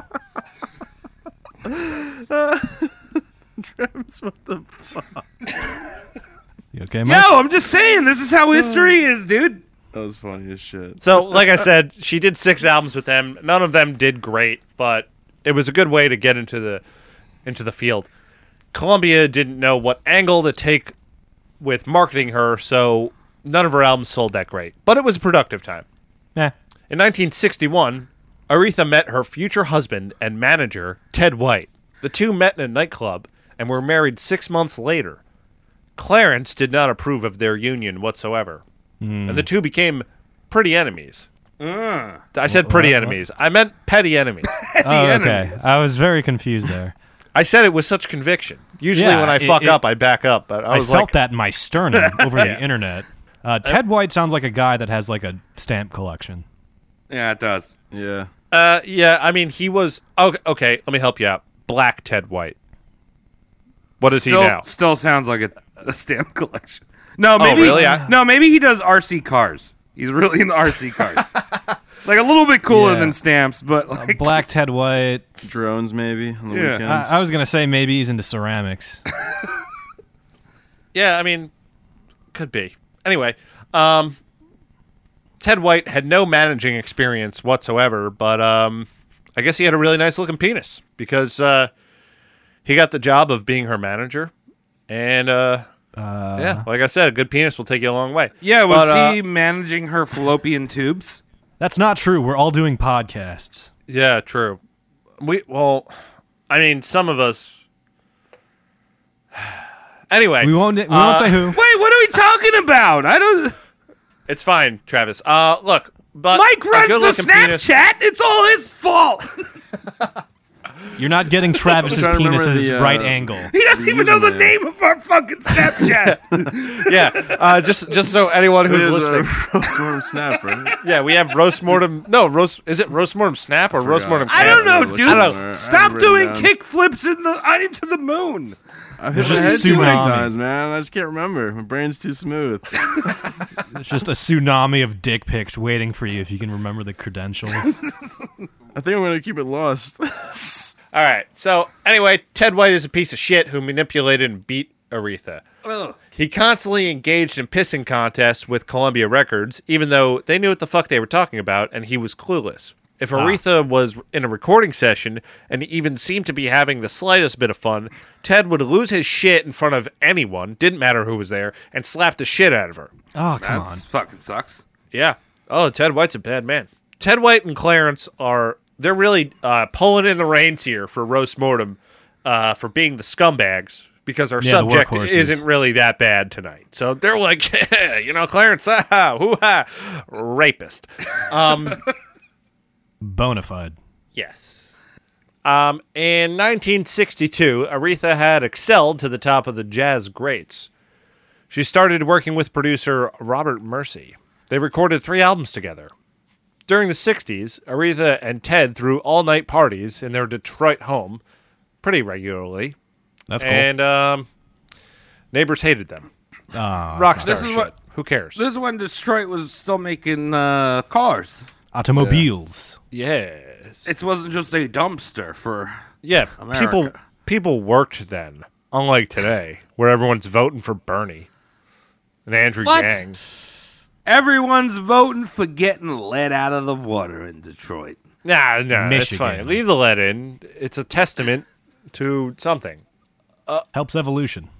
Travis, what the fuck?
You okay,
Yo,
Mike?
Oh, I'm just saying this is how history is, dude.
That was funny as shit.
So, like I said, she did six albums with them. None of them did great, but it was a good way to get into the into the field. Columbia didn't know what angle to take with marketing her, so none of her albums sold that great. But it was a productive time.
Yeah.
In 1961, Aretha met her future husband and manager, Ted White. The two met in a nightclub and were married six months later. Clarence did not approve of their union whatsoever, and the two became pretty enemies. I said pretty
Wha- what- what?
enemies. I meant petty enemies.
Oh, okay. I was very confused there.
I said it with such conviction. Usually
Yeah,
when I
it-
fuck
it-
up, I back up. But I was
felt
like,
that in my sternum over
Yeah.
the internet. Uh, Ted White sounds like a guy that has like a stamp collection.
Yeah, it does.
Yeah.
Uh, yeah. I mean, he was okay. Okay, let me help you out. Black Ted White. What is
Still-
he now?
Still sounds like a, a stamp collection. No,
Oh,
maybe
really? I-
no, maybe he does RC cars. He's really into RC cars. like a little bit cooler
Yeah.
than stamps, but like
Black Ted White.
Drones, maybe. On the
Yeah.
weekends.
I, I was gonna say maybe he's into ceramics.
Yeah, I mean, could be. Anyway, um, Ted White had no managing experience whatsoever, but um, I guess he had a really nice looking penis because uh, he got the job of being her manager, and uh, yeah, like I said, a good penis will take you a long way.
yeah, was
But, uh,
he managing her fallopian tubes?
That's not true. We're all doing podcasts.
Yeah, true. We well, I mean, some of us. anyway,
We won't. We won't
uh,
say who.
Wait, what are we talking about? I don't.
It's fine, Travis. Uh, look, but
Mike
a
runs the
good-looking
Snapchat.
penis-
It's all his fault.
You're not getting Travis's
trying to remember
penis's
the, uh,
right angle.
He doesn't even know the
username.
name of our fucking Snapchat.
yeah, uh, just just so anyone who's
It is, uh,
listening,
roast mortem snap, right?
yeah, we have roast mortem. No, roast is it roast mortem snap or roast mortem?
I don't know, dude.
I don't know.
Stop
written
doing
down.
kick flips in the uh, into the moon.
I've hit my head
Just a
too many
tsunami.
times, man. I just can't remember. My brain's too smooth.
It's just a tsunami of dick pics waiting for you if you can remember the credentials.
I think I'm gonna keep it lost.
All right. So anyway, Ted White is a piece of shit who manipulated and beat Aretha. He constantly engaged in pissing contests with Columbia Records, even though they knew what the fuck they were talking about, and he was clueless. If Aretha was in a recording session and even seemed to be having the slightest bit of fun, Ted would lose his shit in front of anyone, didn't matter who was there, and slap the shit out of her.
Oh, come
That's
on.
fucking sucks.
Yeah. Oh, Ted White's a bad man. Ted White and Clarence are they're really uh, pulling in the reins here for roast mortem uh, for being the scumbags because our
Yeah, the
subject
workhorses.
isn't really that bad tonight. So they're like, you know, Clarence, ah, hoo ha, rapist. Um,
Bonafide.
yes. Um, in 1962, Aretha had excelled to the top of the jazz greats. She started working with producer Robert Mercy. They recorded three albums together. During the 60s, Aretha and Ted threw all night parties in their Detroit home pretty regularly.
That's cool.
And um, neighbors hated them.
Ah,
Rock
This
stars.
is what-
Who cares?
This is when Detroit was still making uh, cars.
automobiles.
Yes.
It wasn't just a dumpster for
Yeah.
America.
People people worked then, unlike today, where everyone's voting for Bernie and Andrew
What?
Yang.
Everyone's voting for getting lead out of the water in Detroit.
Nah, nah, that's
Michigan.
fine. Leave the lead in. It's a testament to something.
Helps evolution.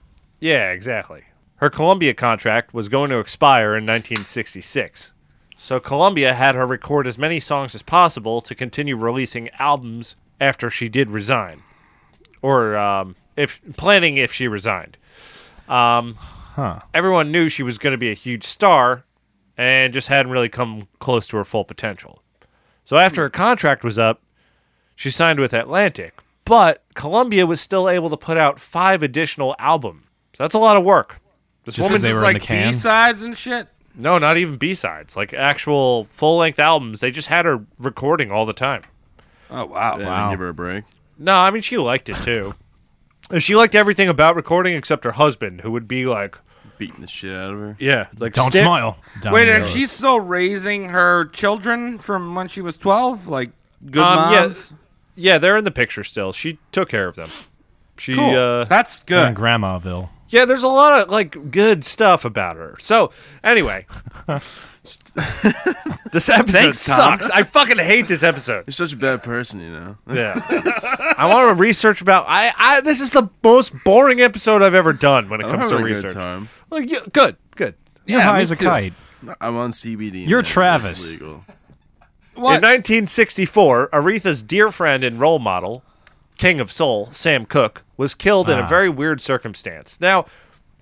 Yeah, exactly. Her Columbia contract was going to expire in 1966. So Columbia had her record as many songs as possible to continue releasing albums after she did resign. Or um, if planning if she resigned. Um,
Huh.
everyone knew she was going to be a huge star and just hadn't really come close to her full potential. So after her contract was up, she signed with Atlantic, but Columbia was still able to put out five additional albums. So that's a lot of work. This
Just 'cause
woman,
they
Just
were in
like
the can?
B-sides and shit.
no, not even B sides, like actual full length albums. They just had her recording all the time.
Oh wow,
Yeah,
Wow.
Give her a break.
No, I mean she liked it too. And she liked everything about recording except her husband, who would be like,
Beating the shit out of her.
yeah, like
Don't
stare-
smile. Don't
Wait, and
smile.
she's still raising her children from when she was twelve, like good
Um, yeah.
moms.
Yeah, they're in the picture still. She took care of them. She
Cool.
uh
Oh, That's
We're in
good.
Grandmaville.
Yeah, there's a lot of like good stuff about her. So, anyway, this episode
Thanks, Tom.
sucks. I fucking hate this episode.
You're such a bad person, you know.
Yeah. I want to research about I I this is the most boring episode I've ever done when it
I'm
comes to
having a
research.
good time.
Like, yeah, good, good.
You're
Yeah,
high
me
as a
too.
kite.
I'm on CBD.
You're
now. That's
Travis.
legal.
In 1964, Aretha's dear friend and role model, King of Soul, Sam Cooke, was killed in a
Ah.
very weird circumstance. Now,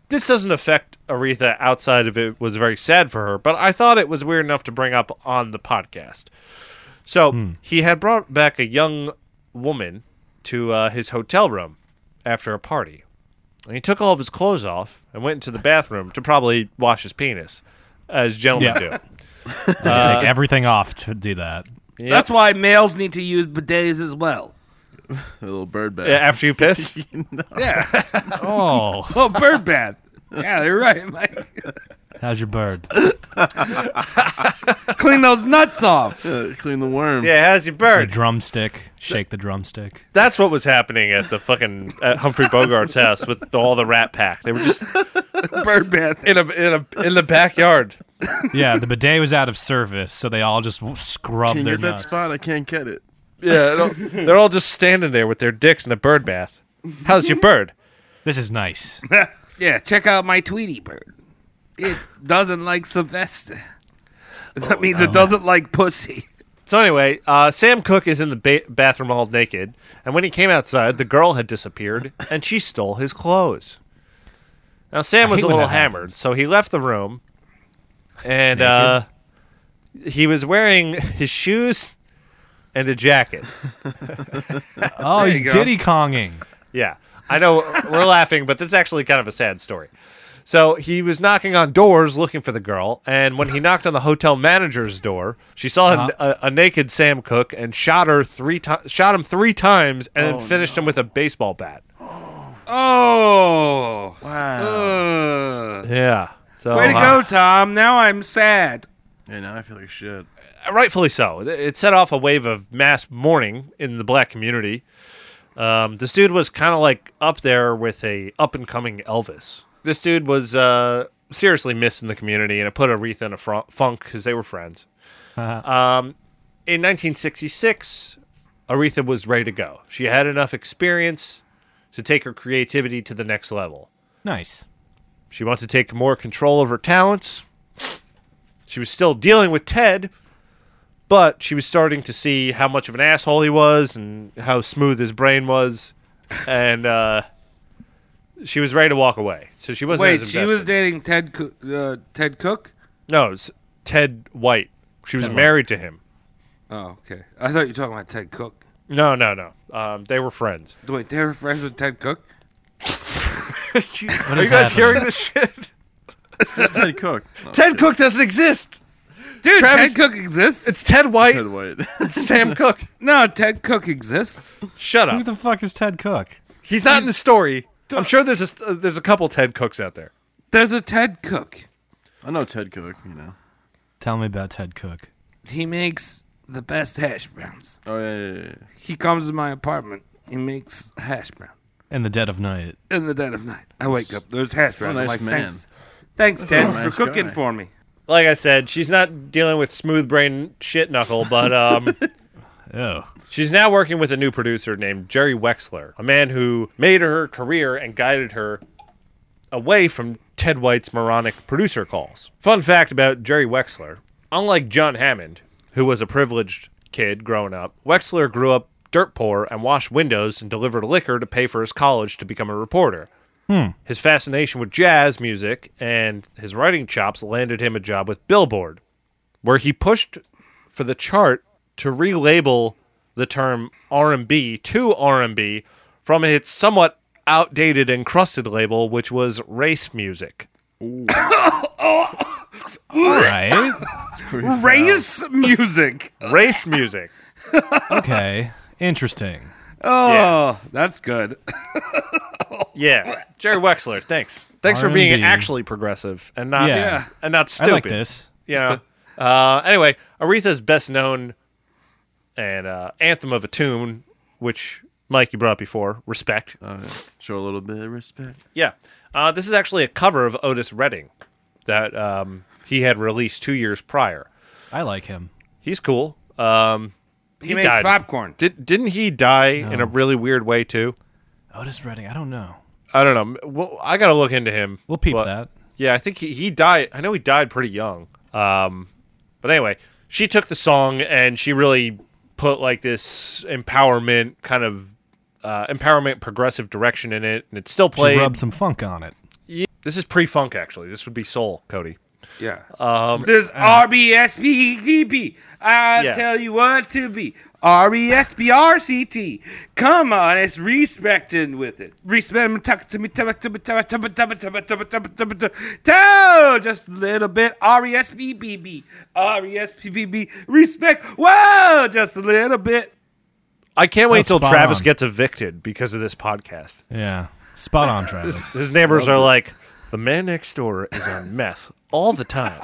this doesn't affect Aretha outside of it was very sad for her, but I thought it was weird enough to bring up on the podcast.
Hmm.
So he had brought back a young woman to uh, his hotel room after a party. And he took all of his clothes off and went into the bathroom to probably wash his penis, as gentlemen do.
Yeah. They take everything off to do that.
That's why males need to use bidets as well.
A little bird bath.
Yeah, after you piss?
Yeah.
Oh.
Well, bird bath. Yeah, you're right, Mike.
How's your bird?
Clean those nuts off.
clean the worm.
Yeah, how's your
The
bird?
drumstick. Shake the drumstick.
That's what was happening at the fucking at Humphrey Bogart's house with all the Rat Pack. They were just
bird bath
in a in a in the backyard.
Yeah, the bidet was out of service, so they all just scrubbed
Can you
their
get that
nuts.
spot? I can't get it.
Yeah, they're all, they're all just standing there with their dicks in a bird bath. How's your bird?
This is nice.
yeah, check out my Tweety bird. It doesn't like Sylvester. That
Oh,
means it doesn't like pussy.
So anyway, uh, Sam Cook is in the ba- bathroom all naked, and when he came outside, the girl had disappeared, and she stole his clothes. Now Sam
I
was
hate
a
when
little
that
hammered, so he left the room, and uh, he was wearing his shoes and a jacket.
Oh, he's diddy konging.
Yeah, I know we're laughing, but this is actually kind of a sad story. So he was knocking on doors looking for the girl, and when he knocked on the hotel manager's door, she saw a- a, a naked Sam Cook and shot her three ti- shot him three times, and then finished him with a baseball bat.
Oh. Wow.
Yeah. So uh,
Way to go, Tom. Now I'm sad.
Yeah, now I feel like shit.
rightfully so. It set off a wave of mass mourning in the black community. Um, this dude was kind of like up there with a up and coming Elvis. This dude was uh, seriously missed in the community, and it put Aretha in a fr- funk because they were friends. Um, in 1966, Aretha was ready to go. She had enough experience to take her creativity to the next level.
Nice.
She wants to take more control of her talents. She was still dealing with Ted, but she was starting to see how much of an asshole he was and how smooth his brain was, and uh, she was ready to walk away. So she wasn't.
Wait,
as
she was
invested.
dating Ted Coo- uh, Ted Cook?
no it was Ted White. She was
Ted White.
married to him.
Oh, okay. I thought you were talking about Ted Cook.
No, no, no. Um, they were friends.
Wait, they were friends with Ted Cook?
Are you guys hearing this shit?
Ted Cook.
Ted Cook doesn't exist.
Dude,
Travis-
Ted Cook exists.
It's Ted White.
Ted White.
It's Sam Cook.
No, Ted Cook exists.
Shut up.
Who the fuck is Ted Cook?
He's not in the story. I'm sure there's a st- uh, there's a couple Ted Cooks out there.
There's a Ted Cook.
I know Ted Cook. You know.
Tell me about Ted Cook.
He makes the best hash browns.
Oh yeah, yeah, yeah, yeah.
He comes to my apartment. He makes hash brown
In the dead of night.
in the dead of night. I wake up. There's hash browns.
What a
I'm
nice
like,
man.
Thanks, thanks
a
Ted,
nice
for cooking
guy.
for me.
Like I said, she's not dealing with smooth brain shit knuckle, but um,
Oh.
she's now working with a new producer named Jerry Wexler, a man who made her career and guided her away from Ted White's moronic producer calls. Fun fact about Jerry Wexler: unlike John Hammond, who was a privileged kid growing up, Wexler grew up dirt poor and washed windows and delivered liquor to pay for his college to become a reporter. His fascination with jazz music and his writing chops landed him a job with Billboard, where he pushed for the chart to relabel the term R&B to R&B from its somewhat outdated and crusted label which was race music.
Right.
Race music.
Race music.
Okay. Interesting.
Oh,
Yeah.
that's good.
Yeah. Jerry Wexler, thanks. Thanks for being
R&B.
actually progressive and not
Yeah.
Yeah.
and not
I
stupid.
like this.
Yeah. Uh, anyway, Aretha's best known and uh, anthem of a tune, which Mike you brought up before, respect.
Show a little bit of respect.
yeah, uh, this is actually a cover of Otis Redding that um, he had released two years prior.
I like him.
He's cool. Um,
He, makes
died.
popcorn.
Did didn't he die in a really weird way too?
Otis Redding. I don't know.
I don't know. Well, I gotta look into him.
We'll peep
But-
that.
Yeah, I think he, he died. I know he died pretty young. Um, but anyway, she took the song and she really put like this empowerment kind of uh, empowerment progressive direction in it, and it's still
Should
played.
rub some funk on it.
This is pre-funk actually. This would be soul, Cody.
Yeah.
Um,
There's
uh,
E RBSBEB. I
Yeah.
tell you what to be. E R-E-S-B-R-C-T. Come on, it's respecting with it. Respecting to me, toe just a little bit. E R-E-S-B-B-B. E R-E-S-B-B-B. Respect. Whoa, just a little bit.
I can't wait
That's
till
spot
Travis
on.
gets evicted because of this podcast.
Yeah. Spot on, Travis.
His neighbors are like, the man next door is on meth all the time.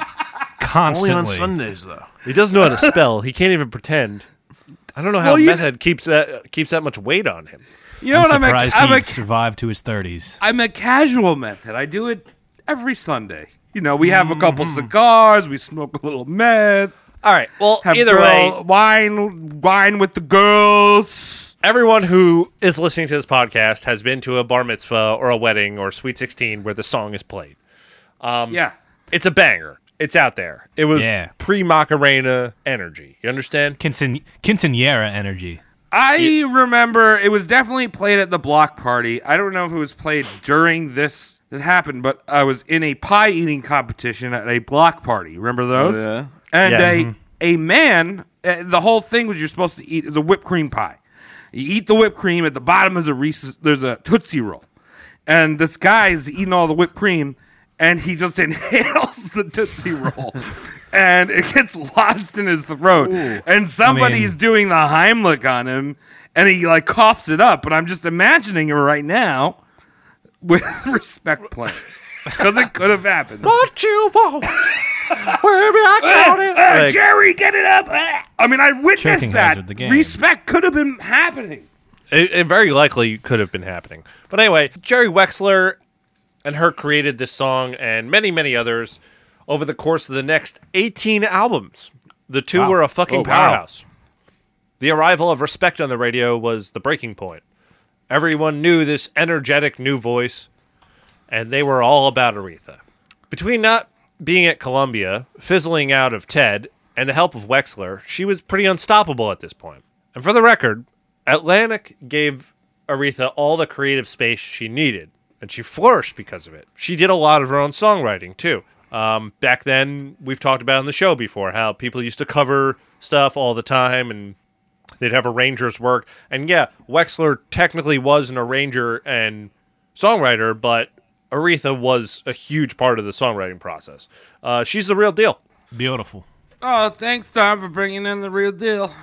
Constantly.
Only on Sundays though.
He doesn't know how to spell. He can't even pretend. I don't know how
Well, you-
meth head keeps that keeps that much weight on him.
You know
I'm
what? I'm a-
surprised
I'm
he
a-
survived to his 30s.
I'm a casual method. I do it every Sunday. You know, we have a couple
Mm-hmm.
cigars, we smoke a little meth.
All right. Well,
have
either
girl-
way-
wine, wine with the girls.
Everyone who is listening to this podcast has been to a bar mitzvah or a wedding or Sweet 16 where the song is played. Um,
yeah.
It's a banger. It's out there. It was
Yeah.
pre Macarena energy. You understand?
Quincean- quinceanera energy.
I remember it was definitely played at the block party. I don't know if it was played during this that happened, but I was in a pie eating competition at a block party. Remember those?
Oh, yeah.
And
Yeah.
a
Mhm.
a man, uh, the whole thing was you're supposed to eat is a whipped cream pie. You eat the whipped cream at the bottom is a Reese's. There's a Tootsie Roll, and this guy's eating all the whipped cream, and he just inhales the Tootsie Roll, and it gets lodged in his throat, and somebody's doing the Heimlich on him, and he like coughs it up. But I'm just imagining it right now with respect playing because it could have happened.
What you want? Wherever I
got
it.
Uh, Jerry, get it up! Uh, I mean, I
Choking
witnessed
hazard,
that.
the game.
Respect could have been happening.
It, it very likely could have been happening. But anyway, Jerry Wexler and her created this song and many, many others over the course of the next 18 albums. The two
Wow.
were a
Oh,
fucking
wow.
powerhouse. The arrival of Respect on the radio was the breaking point. Everyone knew this energetic new voice, and they were all about Aretha. Between not being at Columbia, fizzling out of TED, and the help of Wexler, she was pretty unstoppable at this point. And for the record, Atlantic gave Aretha all the creative space she needed, and she flourished because of it. She did a lot of her own songwriting, too. Um, back then, we've talked about on the show before how people used to cover stuff all the time and they'd have arrangers work. And yeah, Wexler technically was an arranger and songwriter, but Aretha was a huge part of the songwriting process. Uh, she's the real deal.
Beautiful.
Oh, thanks, Tom, for bringing in the real deal.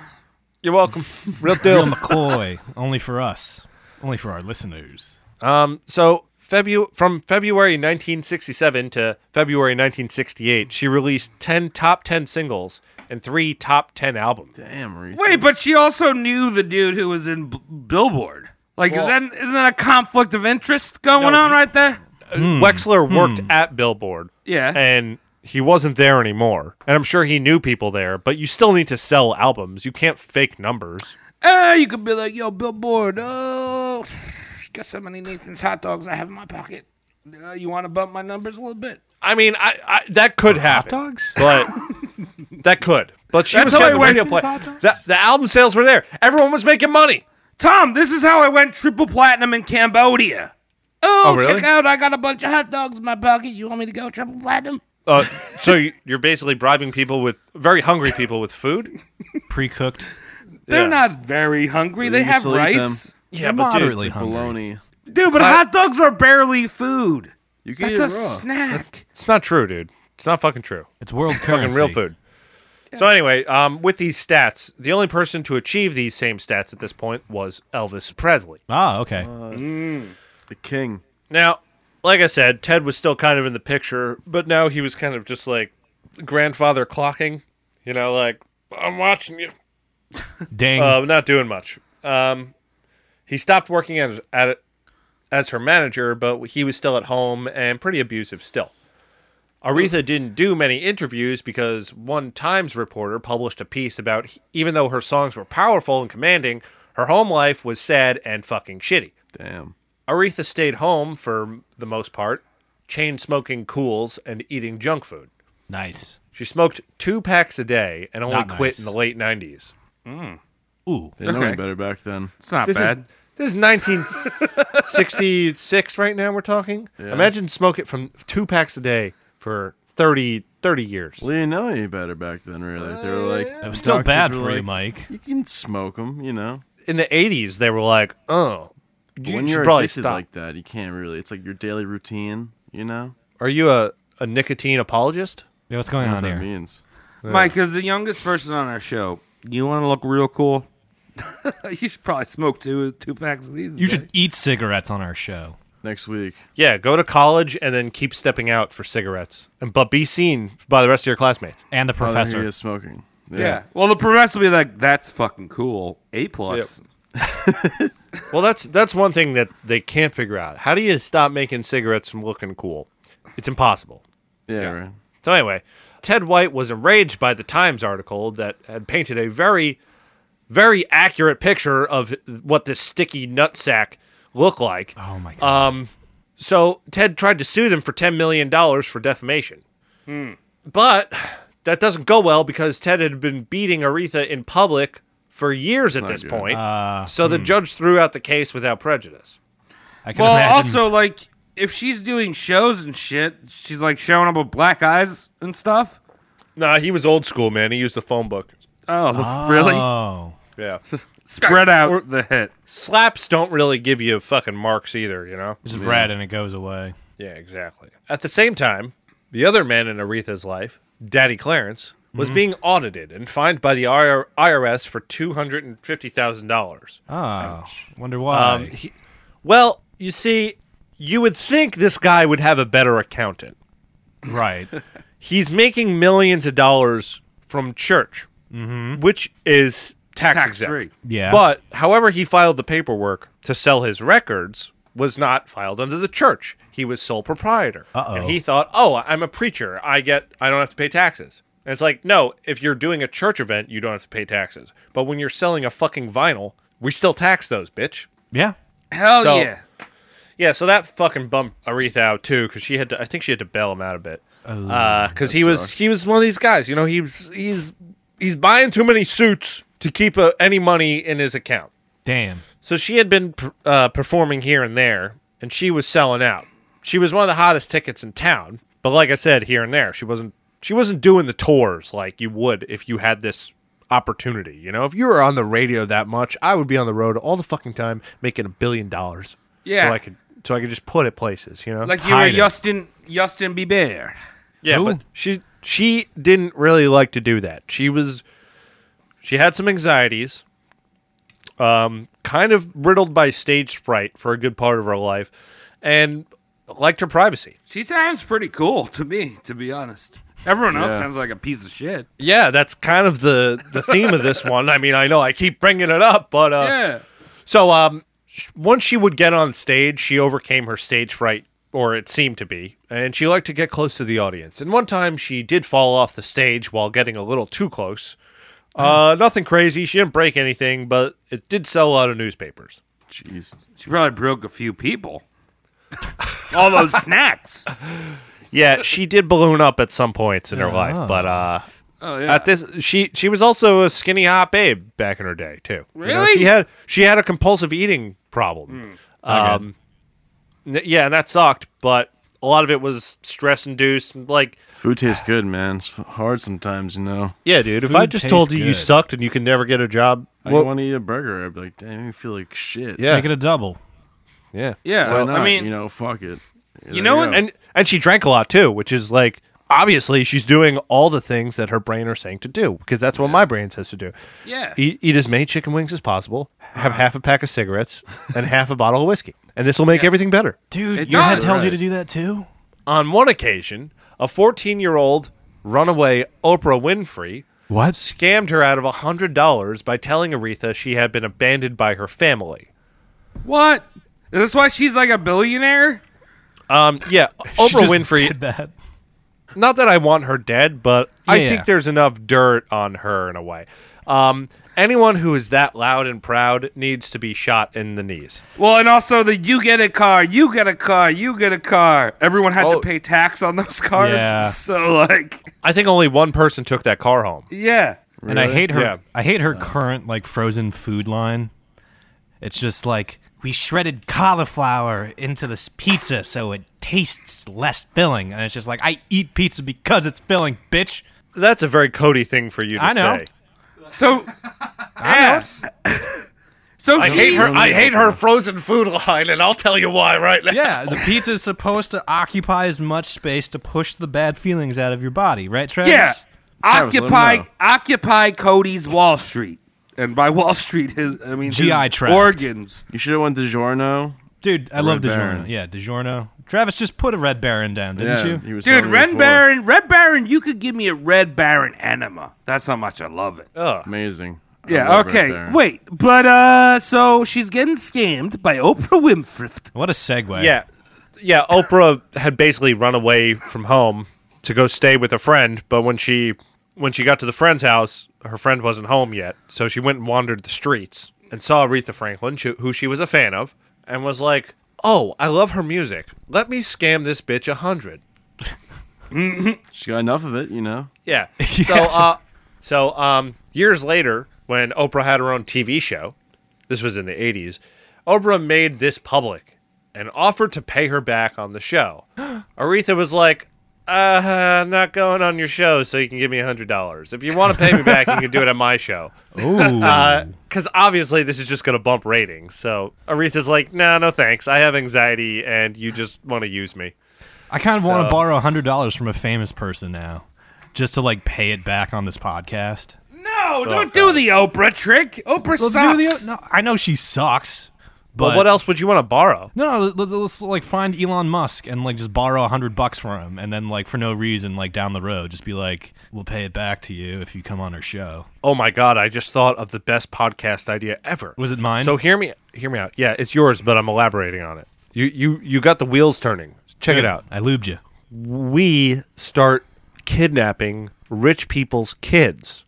You're welcome. Real
Bill McCoy, only for us, only for our listeners.
Um, so Febu- from February 1967 to February 1968, she released 10 top 10 singles and three top 10 albums.
Damn, Aretha.
Wait, but she also knew the dude who was in B- Billboard. Like,
Well-
is that isn't that a conflict of interest going on right there?
Wexler worked at Billboard.
Yeah.
And he wasn't there anymore. And I'm sure he knew people there, but you still need to sell albums. You can't fake numbers.
Uh, you could be like, yo, Billboard. Oh, got so many Nathan's hot dogs I have in my pocket. Uh, you want to bump my numbers a little bit?
I mean, I, I that could happen.
dogs?
But that could. But she
That's
was
how
getting
I
the
went-
radio play.
Hot dogs?
The, the album sales were there. Everyone was making money.
Tom, this is how I went triple platinum in Cambodia. Oh,
Oh, really?
check out! I got a bunch of hot dogs in my pocket. You want me to go triple platinum?
Uh, so you- you're basically bribing people with very hungry people with food.
Pre-cooked.
They're
Yeah.
not very hungry. They
You
have
still eat
rice.
them. Yeah, They're but dude, moderately
it's like hungry.
Dude, but hot dogs are barely food.
You can
That's a
eat it raw.
snack.
It's not true, dude. It's not fucking true.
It's world
fucking real
currency.
food. So anyway, um, with these stats, the only person to achieve these same stats at this point was Elvis Presley.
Ah, okay.
The king.
Now, like I said, Ted was still kind of in the picture, but now he was kind of just like grandfather clocking. You know, like I'm watching you.
Dang.
Uh, not doing much. Um, he stopped working as at it as her manager, but he was still at home and pretty abusive still. Aretha didn't do many interviews because one Times reporter published a piece about he- even though her songs were powerful and commanding, her home life was sad and fucking shitty.
Damn.
Aretha stayed home for the most part, chain smoking cools and eating junk food.
nice.
She smoked two packs a day and only
Not
quit
nice.
in the late 90s.
Ooh.
They know
Okay.
me better back then.
It's not
This is-
bad.
This is 1966 right now we're talking.
Yeah.
Imagine smoke it from two packs a day for 30, 30 years.
We didn't know any better back then, really. They were like,
It was still
doctors
bad
were
for you,
like,
Mike.
You can smoke them, you know.
In the eighties, they were like, "Oh,
But
you
when
should
you're
probably
addicted
stop."
like that, you can't really. It's like your daily routine, you know.
Are you a, a nicotine apologist?
Yeah, what's
I don't know what that means.
Mike, as the youngest person on our show, you want to look real cool? you should probably smoke two two packs of these.
You should eat cigarettes on our show.
Next week.
Yeah, go to college and then keep stepping out for cigarettes, and but be seen by the rest of your classmates
and the
Oh, there he is smoking.
Yeah. Well, the professor will be like, "That's fucking cool." A plus.
well, that's that's one thing that they can't figure out. How do you stop making cigarettes from looking cool? It's impossible.
Yeah, right.
So anyway, Ted White was enraged by the Times article that had painted a very, very accurate picture of what this sticky nutsack looked like. Oh my god. Um, so Ted tried to sue them for ten million dollars for defamation. Hmm. But that doesn't go well because Ted had been beating Aretha in public for years
That's
at
not
this
good.
point.
Ah,
so the
hmm.
judge threw out the case without prejudice.
I can
Well,
imagine.
also like if she's doing shows and shit, she's like showing up with black eyes and stuff.
Nah, he was old school, man. He used the phone book.
Oh,
Oh.
really?
Ah.
Yeah.
Spread out the hit.
Slaps don't really give you fucking marks either, you know?
Just red and it goes away.
Yeah, exactly. At the same time, the other man in Aretha's life, Daddy Clarence, was
Mhm.
being audited and fined by the IR- IRS for $250,000.
Oh, wonder why.
Um, he- well, you see, you would think this guy would have a better accountant.
Right.
He's making millions of dollars from church, which is tax,
Tax
exempt.
free. Yeah.
But however he filed the paperwork to sell his records was not filed under the church. He was sole proprietor.
Uh-oh.
And he thought, "Oh, I'm a preacher. I get I don't have to pay taxes." And it's like, "No, if you're doing a church event, you don't have to pay taxes. But when you're selling a fucking vinyl, we still tax those, bitch."
yeah.
Hell
So-
Oh, yeah.
Yeah, so that fucking bumped Aretha out too, because she had to. I think she had to bail him out a bit, because he
that
was
sucks.
he was one of these guys. You know, he he's he's buying too many suits to keep uh, any money in his account.
Damn.
So she had been per- uh, performing here and there, and she was selling out. She was one of the hottest tickets in town, but like I said, here and there, she wasn't she wasn't doing the tours like you would if you had this opportunity. You know, if you were on the radio that much, I would be on the road all the fucking time making a billion dollars.
Yeah.
so I could so I could just put it places. You know,
Like you were Justin Justin Bieber.
yeah, but she she didn't really like to do that. She was she had some anxieties, um, kind of riddled by stage fright for a good part of her life, and liked her privacy.
She sounds pretty cool to me, to be honest. Everyone else
Yeah.
sounds like a piece of shit.
Yeah, that's kind of the the theme of this one. I mean, I know I keep bringing it up, but uh,
Yeah.
So um, sh- once she would get on stage, she overcame her stage fright, or it seemed to be, and she liked to get close to the audience. And one time she did fall off the stage while getting a little too close. Uh, nothing crazy. She didn't break anything, but it did sell a lot of newspapers.
Jeez.
She probably broke a few people. All those snacks.
Yeah, she did balloon up at some points in her life, but uh,
Oh, yeah.
at this she she was also a skinny hot babe back in her day too. You know,
Really? Hmm.
she had she had a compulsive eating problem.
Not
Um, n- yeah, and that sucked, but a lot of it was stress induced. Like,
Food tastes good, man. It's f- hard sometimes, you know.
yeah, dude, if I just told you you sucked and you could never get a job,
I
well,
want to eat a burger. I'd be like, damn, I feel like shit.
Yeah. Make
it a double.
yeah,
Yeah,
Why
I
not?
mean-
you know, fuck it.
You know what-
and and she drank a lot too, which is like obviously she's doing all the things that her brain are saying to do because that's what my brain says to do.
Yeah.
eat, eat as many chicken wings as possible, have half a pack of cigarettes and half a bottle of whiskey, and this will make everything better.
Dude, your head tells you to do that too?
On one occasion, a 14-year-old runaway Oprah Winfrey
What?
scammed her out of $100 by telling Aretha she had been abandoned by her family.
What? Is this why she's like a billionaire?
Um, yeah,
She
Oprah
just
Winfrey
did that.
not that I want her dead, but I
Yeah, yeah.
think there's enough dirt on her in a way. Um, anyone who is that loud and proud needs to be shot in the knees.
Well, and also the you get a car, you get a car, you get a car. Everyone had
Oh.
to pay tax on those cars.
Yeah.
So like,
I think only one person took that car home.
yeah.
And I hate her.
Yeah.
I hate her current like frozen food line. It's just like we shredded cauliflower into this pizza so it tastes less filling. And it's just like, I eat pizza because it's filling, bitch.
That's a very Cody thing for you to
I know.
say.
So,
I
so
I hate her. I hate her frozen food line, and I'll tell you why right now.
Yeah, the pizza is supposed to occupy as much space to push the bad feelings out of your body, right, Travis?
Yeah. occupy occupy Cody's Wall Street, and by Wall Street, his I mean his
GI tract.
organs.
You should have went DiGiorno.
Dude, I love
Red
DiGiorno.
Baron.
Yeah, DiGiorno. Travis just put a Red Baron down, didn't
Yeah,
you?
he was
Dude, Red Baron, Red Baron, you could give me a Red Baron enema. That's how much I love it.
Amazing. I
Yeah,
love Red
okay.
Baron.
Wait, but uh so she's getting scammed by Oprah Winfrey.
What a segue.
Yeah. Yeah, Oprah had basically run away from home to go stay with a friend, but when she when she got to the friend's house, her friend wasn't home yet, so she went and wandered the streets and saw Aretha Franklin, sh- who she was a fan of, and was like, "Oh, I love her music. Let me scam this bitch a hundred.
She got enough of it, you know.
Yeah. So, uh, so um, years later, when Oprah had her own TV show, this was in the '80s. Oprah made this public and offered to pay her back on the show. Aretha was like, uh, "I'm not going on your show, so you can give me hundred dollars. If you want to pay me back, you can do it at my show."
Ooh.
Because obviously, this is just going to bump ratings. So Aretha's like, "No, no, thanks. I have anxiety, and you just want to use me."
I kind of want
So-
to borrow $100 from a famous person now just to like pay it back on this podcast.
No, don't do the Oprah trick. Oprah
Let's
sucks.
do the. No, I know she sucks. But
But what else would you want to borrow?
No, let's, let's like find Elon Musk and like just borrow a hundred bucks from him, and then like for no reason, like down the road, just be like, "We'll pay it back to you if you come on our show."
Oh my god, I just thought of the best podcast idea ever.
Was it mine?
So hear me hear me out. Yeah, it's yours, but I'm elaborating on it. You you you got the wheels turning. Check
Good.
it out.
I lubed you.
We start kidnapping rich people's kids.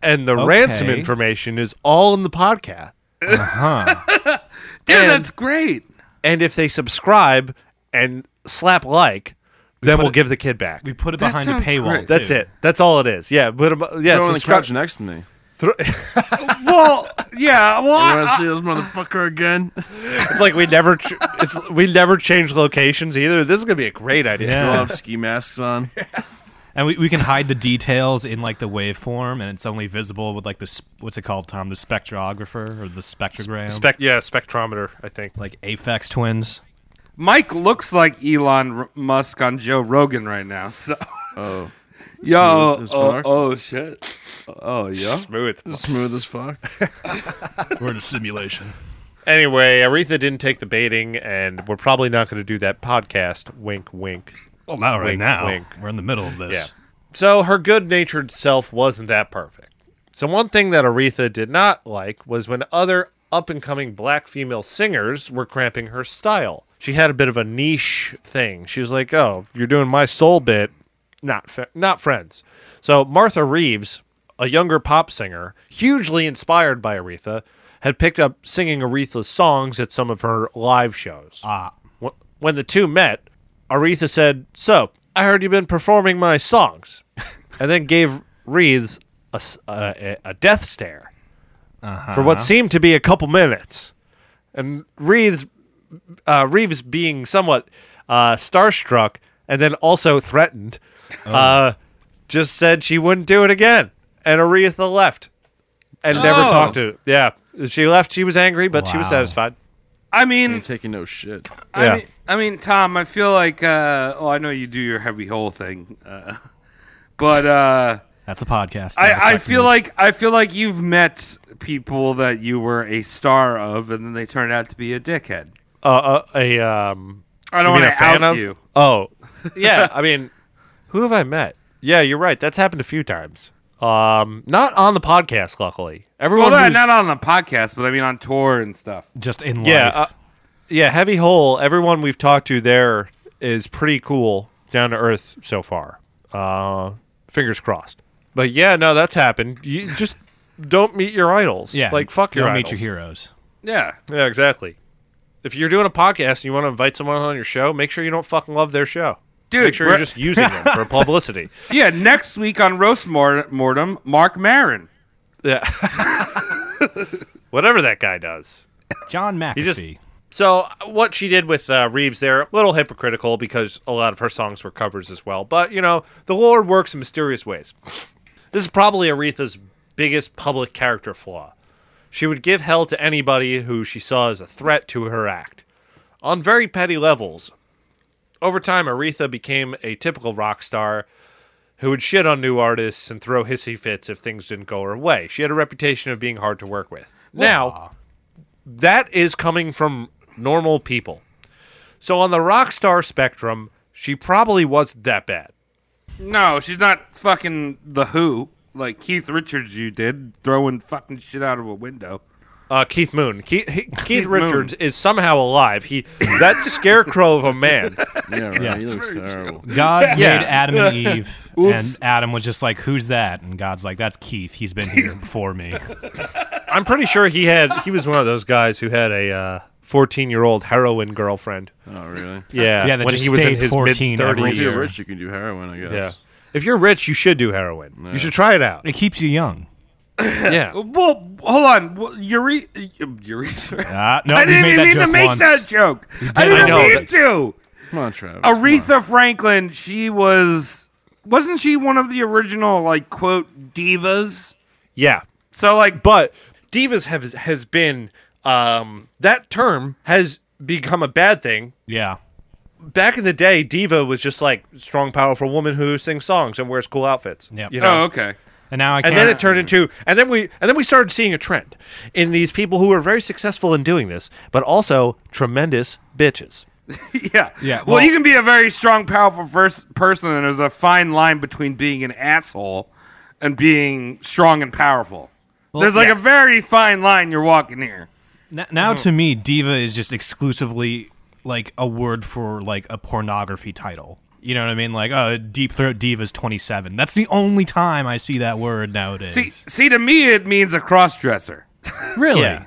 and the
Okay.
ransom information is all in the podcast.
Uh-huh.
Dude, that's great.
And if they subscribe and slap like, then we'll give the kid back. We
put it
That behind a sounds paywall, great.
That's
too.
it. That's all it is. Yeah, but about, yeah,
Throw it on the
subscribe-
couch next to me.
well, yeah. Well,
You
I-
want to see this motherfucker again?
It's like we never, ch- it's we never change locations either. This is gonna be a great idea.
Yeah. We'll have ski masks on.
And we, we can hide the details in like the waveform, and it's only visible with like this what's it called, Tom? The spectrographer or the spectrogram?
Spec- yeah, spectrometer. I think
like Aphex Twins.
Mike looks like Elon R- Musk on Joe Rogan right now. So,
oh,
yo,
Smooth as
oh,
fuck.
oh shit, oh yeah,
Smooth.
Smooth as fuck.
We're in a simulation.
Anyway, Aretha didn't take the baiting, and we're probably not going to do that podcast. Wink, wink.
Well, not right
Oh, Wink,
now.
wink.
We're in the middle of this.
Yeah. So her good-natured self wasn't that perfect. So one thing that Aretha did not like was when other up-and-coming black female singers were cramping her style. She had a bit of a niche thing. She was like, "Oh, you're doing my soul bit, not fa- not friends." So Martha Reeves, a younger pop singer, hugely inspired by Aretha, had picked up singing Aretha's songs at some of her live shows.
Ah.
Wh- When the two met, Aretha said, So, I heard you've been performing my songs. and then gave Reeves a, s- a- a- a death stare for what seemed to be a couple minutes. And Reeves, uh, Reeves being somewhat uh, starstruck and then also threatened, uh, just said she wouldn't do it again. And Aretha left and never
Oh.
talked to. Yeah, she left. She was angry, but she was
Wow.
satisfied.
I mean,
taking no shit.
I,
Yeah.
mean, I mean, Tom, I feel like. Uh, oh, I know you do your heavy hole thing, uh, but uh,
That's a podcast. Not a
I, I
sex
feel
move.
like I feel like you've met people that you were a star of, and then they turned out to be a dickhead.
Uh, a, a um.
I
you
don't
mean
wanna
a fan
out
of?
you.
Oh, yeah. I mean, who have I met? Yeah, you're right. That's happened a few times. Um, not on the podcast, luckily. Everyone,
well, not,
who's-
not on the podcast, but I mean on tour and stuff.
Just in
yeah, uh, yeah. Heavy hole. Everyone we've talked to there is pretty cool, down to earth so far. Uh, fingers crossed. But yeah, no, that's happened. You just don't meet your idols.
Yeah,
like fuck
you
your
don't meet
idols.
your heroes.
Yeah.
Yeah, exactly. If you're doing a podcast and you want to invite someone on your show, make sure you don't fucking love their show.
Dude,
make sure
we're-
you're just using them for publicity.
Yeah, next week on Roast Mor- Mortem, Mark Marin.
Yeah. Whatever that guy does.
John McAfee.
You just- so what she did with uh, Reeves there, a little hypocritical because a lot of her songs were covers as well. But you know, the Lord works in mysterious ways. This is probably Aretha's biggest public character flaw. She would give hell to anybody who she saw as a threat to her act, on very petty levels. Over time, Aretha became a typical rock star who would shit on new artists and throw hissy fits if things didn't go her way. She had a reputation of being hard to work with. Now, that is coming from normal people. So on the rock star spectrum, she probably wasn't that bad.
No, she's not fucking the Who like Keith Richards. You did throwing fucking shit out of a window.
Uh, Keith Moon. Keith, he, Keith,
Keith Moon.
Richards is somehow alive. He that scarecrow of a man.
Yeah,
Yeah.
right. He looks terrible.
God
Yeah.
made Adam and Eve,
Oops.
and Adam was just like, "Who's that?" And God's like, "That's Keith. He's been here before me."
I'm pretty sure he had he was one of those guys who had a uh, 14 year old heroin girlfriend.
Oh, really?
Yeah,
Yeah, that
when
just
he was in
stayed
his
14 every
mid-thirties.
If you're rich, you can do heroin, I guess.
Yeah. If you're rich, you should do heroin. You should try it out.
It keeps you young.
yeah.
Well, hold on. Well, Ure- Urethra.
Ah, no, we
I didn't
made that joke
even mean to make
once.
that joke.
You
I
did.
didn't
I know,
mean
but-
to.
Come on, Travis.
Aretha Franklin, she was wasn't she one of the original like quote divas?
Yeah.
So like
but divas have has been um that term has become a bad thing.
Yeah.
Back in the day, diva was just like strong, powerful woman who sings songs and wears cool outfits.
Yep.
You know?
Oh, okay.
And now I
and
can't.
then it turned into and then we and then we started seeing a trend in these people who are very successful in doing this, but also tremendous bitches.
yeah.
Yeah,
Well,
well-
you can be a very strong, powerful first person, and there's a fine line between being an asshole and being strong and powerful.
Well,
there's like a
yes.
very fine line you're walking here.
N- now
Mm.
to me, diva is just exclusively like a word for like a pornography title. You know what I mean? Like, oh, deep throat divas twenty seven. That's the only time I see that word nowadays.
See, see, to me, it means a cross dresser.
really?
Yeah,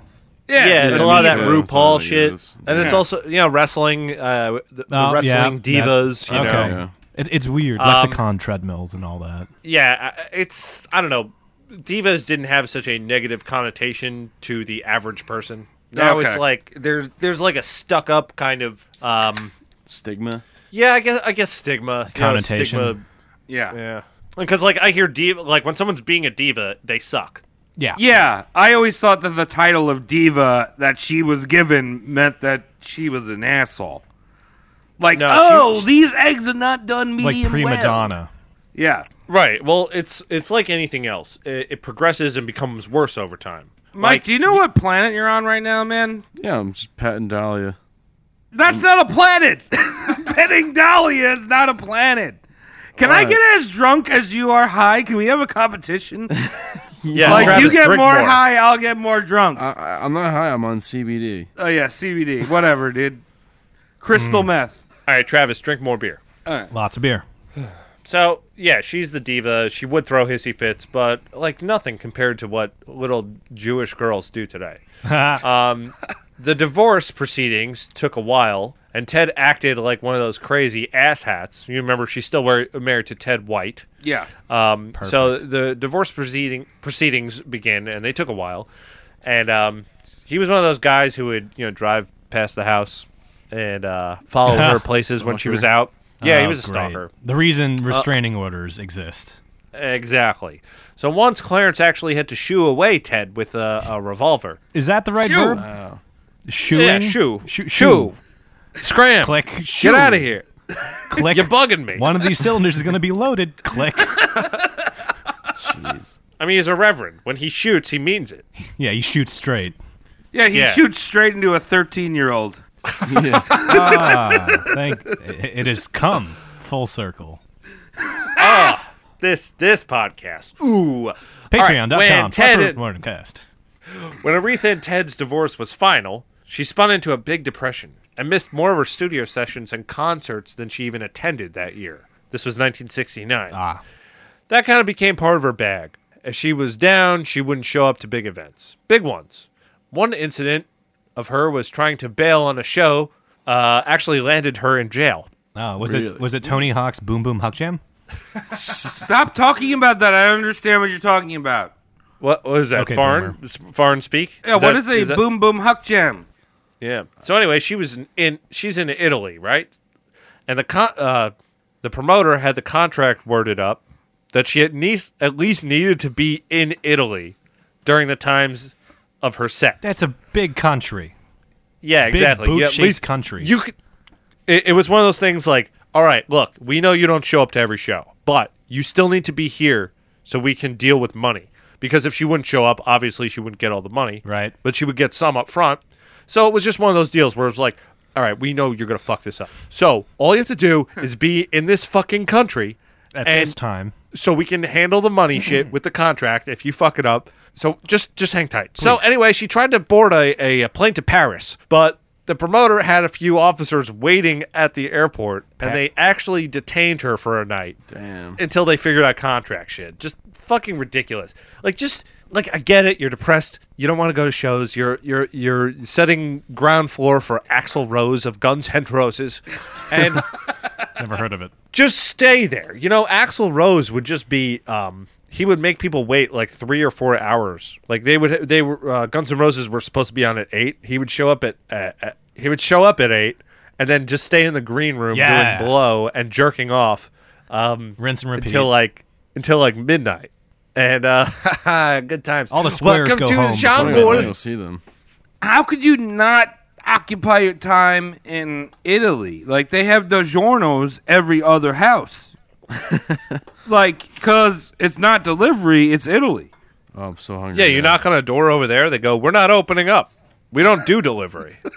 yeah, it's a lot of that
divas,
RuPaul
I
shit,
guess.
and it's
Yeah.
also you know wrestling, uh, the, the
Oh, yeah,
wrestling
that-
divas. you
okay.
know,
It, it's weird.
Um,
Lexicon treadmills and all that.
yeah, I- it's I don't know. Divas didn't have such a negative connotation to the average person. Now
Okay.
it's like there's there's like a stuck up kind of um,
Stigma.
yeah, I guess I guess stigma you know,
Connotation.
stigma.
Yeah.
Yeah, because like I hear diva like when someone's being a diva, they suck.
Yeah.
Yeah, I always thought that the title of diva that she was given meant that she was an asshole. Like,
No, she-
oh, these eggs are not done medium
Like prima
well.
donna.
Yeah.
Right. Well, it's it's like anything else. It, it progresses and becomes worse over time.
Mike, do you know what planet you're on right now, man?
Yeah, I'm just patting Dahlia.
That's not a planet. Petting Dahlia is not a planet. Can I
Alright.
get as drunk as you are high? Can we have a competition?
Yeah,
like
Travis,
you get more,
drink more.
high, I'll get more drunk.
I, I, I'm not high. I'm on CBD.
oh yeah, CBD, whatever, dude.
Mm.
Crystal meth.
All right, Travis, drink more beer.
Lots of beer.
So yeah, she's the diva. She would throw hissy fits, but like nothing compared to what little Jewish girls do today. um, the divorce proceedings took a while, and Ted acted like one of those crazy asshats. You remember she's still wear- married to Ted White.
Yeah.
Um, so the divorce proceeding proceedings began, and they took a while. And um, he was one of those guys who would you know drive past the house and uh, follow her places when she was
Stalker.
out. Yeah, he
Oh,
was a
great.
stalker. Uh,
The reason restraining orders exist.
Exactly. So once Clarence actually had to shoo away Ted with a, a revolver.
Is that the right
Shoo.
verb? Shooing?
Uh, Yeah, shoo.
Shoo.
Shoo.
shoo.
Scram.
Click.
Get
Shoo.
out of here.
Click.
You're bugging me.
One of these cylinders is going to be loaded. Click.
Jeez.
I mean, he's a reverend. When he shoots, he means it.
Yeah, you shoot straight.
Yeah, he
Yeah.
shoots straight into a 13 year old.
Ah, thank. It has come full circle.
This this podcast. Ooh. All right,
Patreon.com
when
slash
Ted-
Rick Warren Cast.
When Aretha and Ted's divorce was final, she spun into a big depression and missed more of her studio sessions and concerts than she even attended that year. This was 1969.
Ah.
That kind of became part of her bag. If she was down, she wouldn't show up to big events, big ones. One incident of her was trying to bail on a show, uh, actually landed her in jail.
Oh, was
Really?
it was it Tony Hawk's Boom Boom Huck Jam?
Stop talking about that. I understand what you're talking about.
What was that?
Okay,
foreign
boomer.
It's foreign speak?
Yeah, what is a
that-
boom boom huck jam?
Yeah. So anyway, she was in, in she's in Italy, right? And the con- uh, the promoter had the contract worded up that she at least at least needed to be in Italy during the times of her set.
That's a big country.
Yeah,
Big
exactly. You at
boot-shaped
least
country.
You could. It, it was one of those things like, all right, look, we know you don't show up to every show, but you still need to be here so we can deal with money. Because if she wouldn't show up, obviously she wouldn't get all the money,
right?
But she would get some up front. So it was just one of those deals where it was like, all right, we know you're gonna fuck this up. So all you have to do is be in this fucking country
At
and
this time.
so we can handle the money shit with the contract if you fuck it up. So just just hang tight. So anyway, she tried to board a, a, plane to Paris, but the promoter had a few officers waiting at the airport, and
Pa-
they actually detained her for a night.
Damn.
Until they figured out contract shit. Just fucking ridiculous. Like just like I get it, you're depressed. You don't want to go to shows. You're you're you're setting ground floor for Axl Rose of Guns N' Roses, and
Never heard of it.
just stay there. You know, Axl Rose would just be um he would make people wait like 3 or 4 hours. Like they would they were uh, Guns N' Roses were supposed to be on at 8. He would show up at, at, at he would show up at 8 and then just stay in the green room
Yeah.
doing blow and jerking off um
Rinse and repeat.
until like until like midnight. And uh good times.
All the
squares
Welcome
go
to
home
John
before
Gordon.
midnight. You'll
see them.
How could you not occupy your time in Italy? Like they have DiGiorno's every other house. like, cause it's not delivery, it's Italy.
Oh, I'm so hungry.
Yeah, you knock on a door over there, they go, "We're not opening up. We don't do delivery."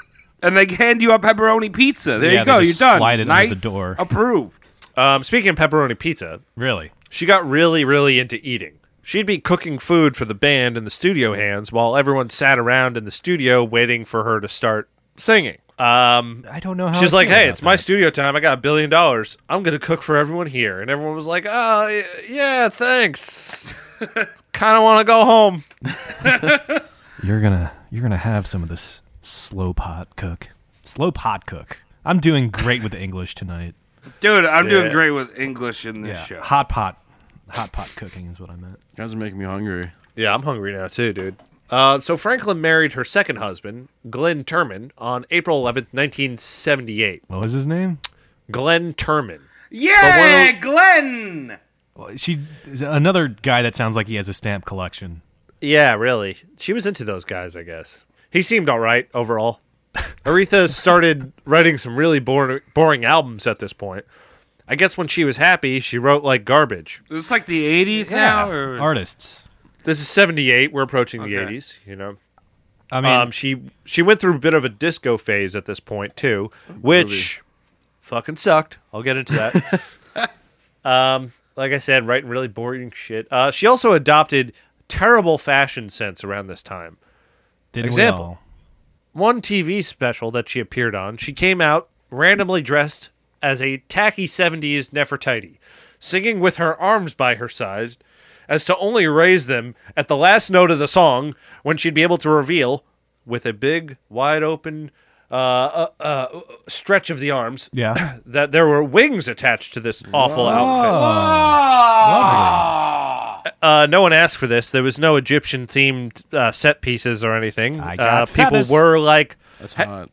And they hand you a pepperoni pizza. There
Yeah, they
you go.
just
You're done.
slide it under
Night
the door.
Approved.
Um, speaking of pepperoni pizza,
really,
she got really, really into eating. She'd be cooking food for the band and the studio hands while everyone sat around in the studio waiting for her to start singing. Um,
I don't know how.
she's
I
like,
feel
"Hey,
about
it's my studio time. I got a billion dollars. I'm gonna cook for everyone here." And everyone was like, "Oh, y- yeah, thanks. kind of want to go home."
You're gonna you're gonna have some of this slow pot cook. Slow pot cook. I'm doing great with English tonight.
Dude, I'm
Yeah.
doing great with English in
Yeah.
this show.
Hot pot. Hot pot cooking is what I meant.
You guys are making me hungry.
Yeah, I'm hungry now too, dude. Uh, so Franklin married her second husband, Glenn Turman, on April 11th, 1978.
What was his name?
Glenn Turman.
Yeah, Glenn.
Well, She is another guy that sounds like he has a stamp collection.
Yeah, really. She was into those guys, I guess. He seemed all right overall. Aretha started writing some really boring, boring albums at this point. I guess when she was happy, she wrote like garbage.
It's like the 80s now. Or?
Artists.
This is 78. We're approaching the 80s, you know.
I mean-
um, she she went through a bit of a disco phase at this point too, which fucking sucked. I'll get into that. um, like I said, writing really boring shit. Uh, she also adopted terrible fashion sense around this time.
Didn't
Example.
we all?
one TV special that she appeared on, she came out randomly dressed as a tacky 70s Nefertiti, singing with her arms by her side as to only raise them at the last note of the song when she'd be able to reveal, with a big, wide open uh, uh, uh, stretch of the arms,
Yeah.
that there were wings attached to this awful outfit. Uh, no one asked for this. There was no Egyptian themed uh, set pieces or anything.
got
uh, people
feathers.
were like,
That's
"Ha-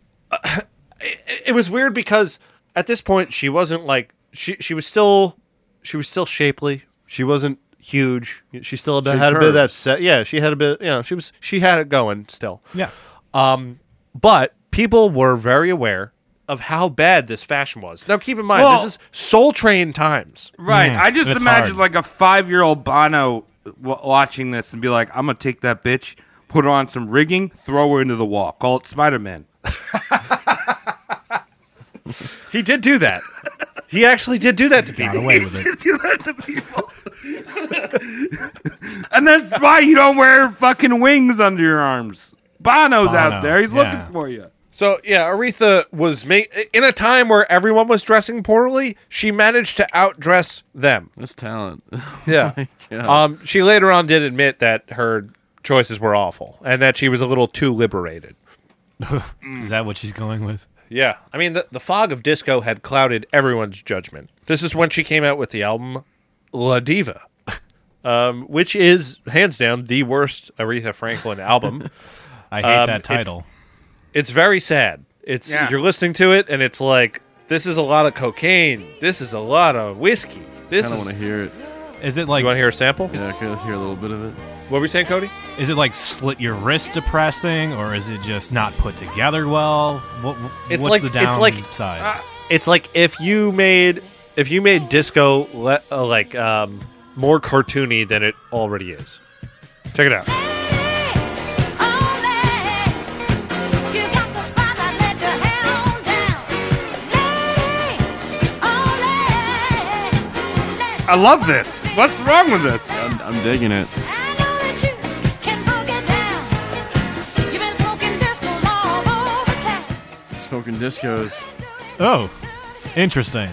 hot.
it, it was weird because at this point she wasn't like she she was still she was still shapely. She wasn't huge. She still had,
She had
had a bit of that
curves.
set. Yeah, she had a bit. You know, she was she had it going still.
Yeah.
Um, but people were very aware of how bad this fashion was. Now keep in mind
Well-
this is Soul Train times.
Right. I just imagine like a five year old Bono w- watching this and be like, I'm going to take that bitch, put her on some rigging, throw her into the wall, call it Spider Man.
he did do that. He actually did do that to people.
and that's why you don't wear fucking wings under your arms. Bono's
Bono,
out there. He's
yeah.
looking for you.
So yeah, Aretha was ma- in a time where everyone was dressing poorly. She managed to outdress them.
That's talent.
Yeah. um, she later on did admit that her choices were awful and that she was a little too liberated.
is that what she's going with?
Yeah, I mean the, the fog of disco had clouded everyone's judgment. This is when she came out with the album La Diva, um, which is hands down the worst Aretha Franklin album.
I hate
Um,
that
it's-
title.
It's, very sad. It's
Yeah.
you're listening to it and it's like this is a lot of cocaine. This is a lot of whiskey. This
Kinda
is
wanna hear it.
Is it like
you want to hear a sample?
Yeah, I could hear a little bit of it.
What were you saying, Cody?
Is it like slit your wrist depressing, or is it just not put together well? What,
It's
what's
like
the downside?
it's like uh, it's like if you made if you made disco le- uh, like um, more cartoony than it already is. Check it out.
I love this. What's wrong with this?
I'm, I'm digging it. Smoking discos.
oh, interesting.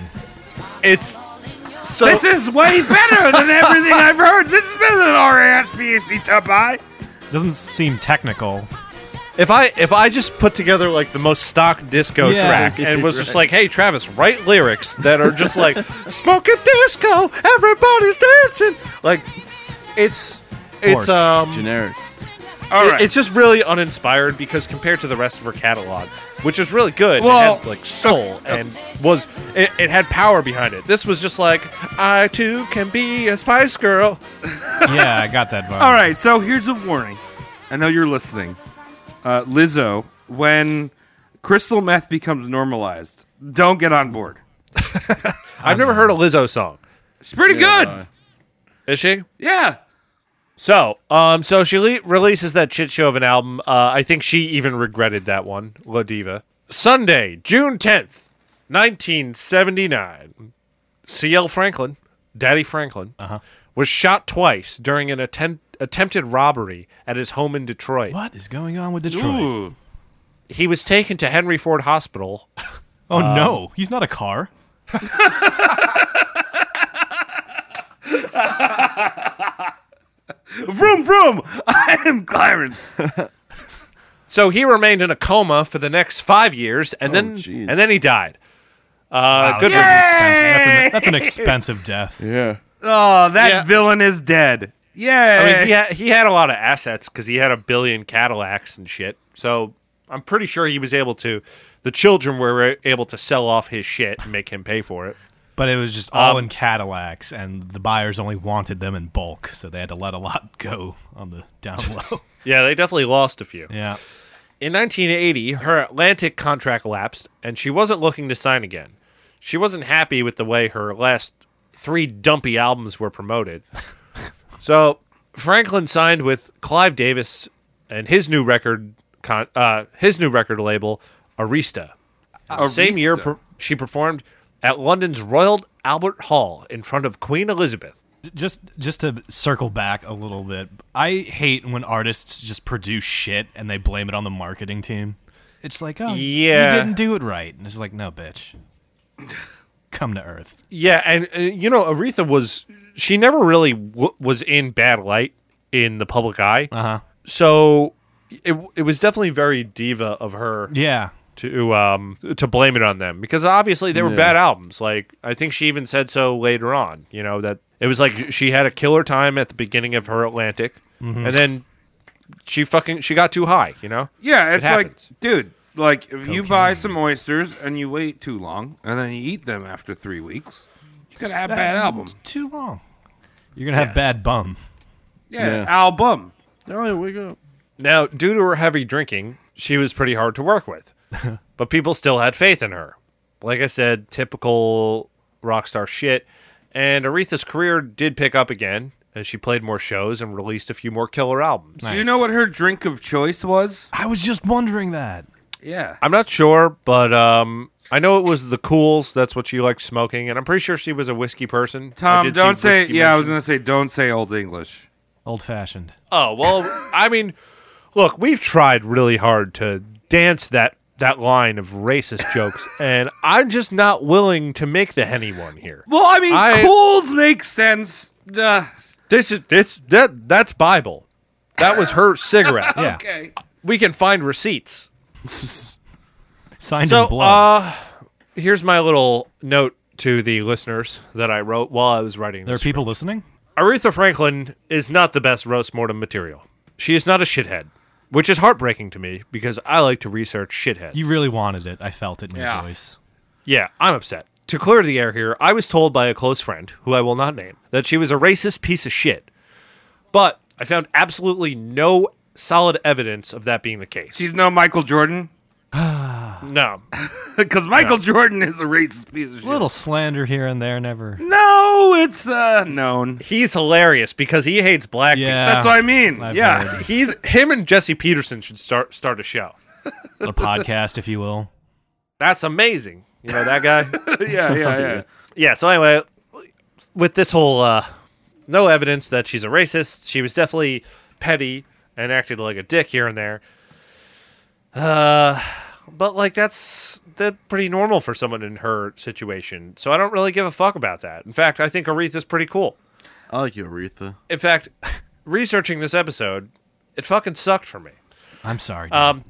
It's so.
this is way better than everything I've heard. This is better than RASBC Tabai.
Doesn't seem technical.
If I if I just put together like the most stock disco
Yeah.
track and was just
Right.
like, hey Travis, write lyrics that are just like
Smoking disco, everybody's dancing.
like it's it's
Forced.
um
generic.
All right. It's just really uninspired because compared to the rest of her catalog, which is really good,
Well,
it had, like soul and was it, it had power behind it. This was just like I too can be a Spice Girl.
yeah, I got that vibe.
All right, so here's a warning. I know you're listening. Uh, Lizzo, when crystal meth becomes normalized, don't get on board.
I've never heard a Lizzo song.
It's pretty good.
Is she?
Yeah.
So, um, so she le- releases that shit show of an album. Uh, I think she even regretted that one, La Diva. Sunday, June tenth, nineteen seventy nine. C.L. Franklin, Daddy Franklin, was shot twice during an attempt attempted robbery at his home in Detroit.
What is going on with Detroit?
He was taken to Henry Ford Hospital.
Oh
Um,
no, he's not a car.
Vroom vroom. I am Clarence.
So he remained in a coma for the next five years, and then and then he died. Uh,
Wow,
good
that's,
riddance.
expensive. That's, an, that's an expensive death.
Yeah.
Oh, that
Yeah.
villain is dead. Yeah.
I mean, he had, he had a lot of assets because he had a billion Cadillacs and shit. So I'm pretty sure he was able to. The children were able to sell off his shit and make him pay for it.
But it was just all
Um,
in Cadillacs, and the buyers only wanted them in bulk, so they had to let a lot go on the down low.
Yeah, they definitely lost a few.
yeah.
In 1980, her Atlantic contract lapsed, and she wasn't looking to sign again. She wasn't happy with the way her last three dumpy albums were promoted. so Franklin signed with Clive Davis and his new record, con- uh, his new record label, Arista.
Arista.
Same year, per- she performed at London's Royal Albert Hall in front of Queen Elizabeth.
Just just to circle back a little bit, I hate when artists just produce shit and they blame it on the marketing team. It's like, oh,
Yeah.
you didn't do it right, and it's like, no, bitch, come to earth.
Yeah, and uh, you know, Aretha was she never really w- was in bad light in the public eye.
Uh-huh.
So it it was definitely very diva of her.
Yeah.
To um to blame it on them because obviously they were
Yeah.
bad albums. Like I think she even said so later on. You know that it was like she had a killer time at the beginning of her Atlantic,
Mhm.
and then she fucking she got too high. You know.
Yeah,
It
it's like,
happens.
dude, like if you buy some oysters and you wait too long and then you eat them after three weeks, you're gonna have bad albums.
Too long. You're gonna have bad bum.
Yeah, album.
Darling, wake up.
Now, due to her heavy drinking, she was pretty hard to work with, but people still had faith in her. Like I said, typical rock star shit. And Aretha's career did pick up again as she played more shows and released a few more killer albums.
Do you know what her drink of choice was?
I was just wondering that.
Yeah.
I'm not sure, but um, I know it was the Cools. That's what she liked smoking, and I'm pretty sure she was a whiskey person. I
Tom,
did see
don't say.
whiskey
Yeah, I was
mentioned.
gonna say, don't say old English.
Old fashioned.
Oh well, I mean, look, we've tried really hard to dance that that line of racist jokes, and I'm just not willing to make the henny one here.
Well, I mean,
I-
colds make sense. Uh,
This is this that that's Bible. That was her cigarette.
Okay.
we can find receipts.
Signed
so,
in blood.
uh, here's my little note to the listeners that I wrote while I was writing.
there are
This
people listening.
Aretha Franklin is not the best roast mortem material. She is not a shithead, which is heartbreaking to me because I like to research shitheads.
You really wanted it. I felt it in
Yeah.
your voice.
Yeah, I'm upset. To clear the air here, I was told by a close friend, who I will not name, that she was a racist piece of shit. But I found absolutely no solid evidence of that being the case.
She's no Michael Jordan.
no.
Because Michael Jordan is a racist piece of shit.
little slander here and there, never.
No, it's uh known.
He's hilarious because he hates black people.
That's what I mean. yeah.
He's him and Jesse Peterson should start start a show.
a podcast, if you will.
That's amazing. You know that guy?
yeah, yeah, yeah.
Yeah, so anyway, with this whole uh no evidence that she's a racist, she was definitely petty and acted like a dick here and there. Uh but like that's that's pretty normal for someone in her situation. So I don't really give a fuck about that. In fact, I think Aretha's pretty cool.
I like you, Aretha.
In fact, researching this episode, it fucking sucked for me.
I'm sorry.
Uh,
Um,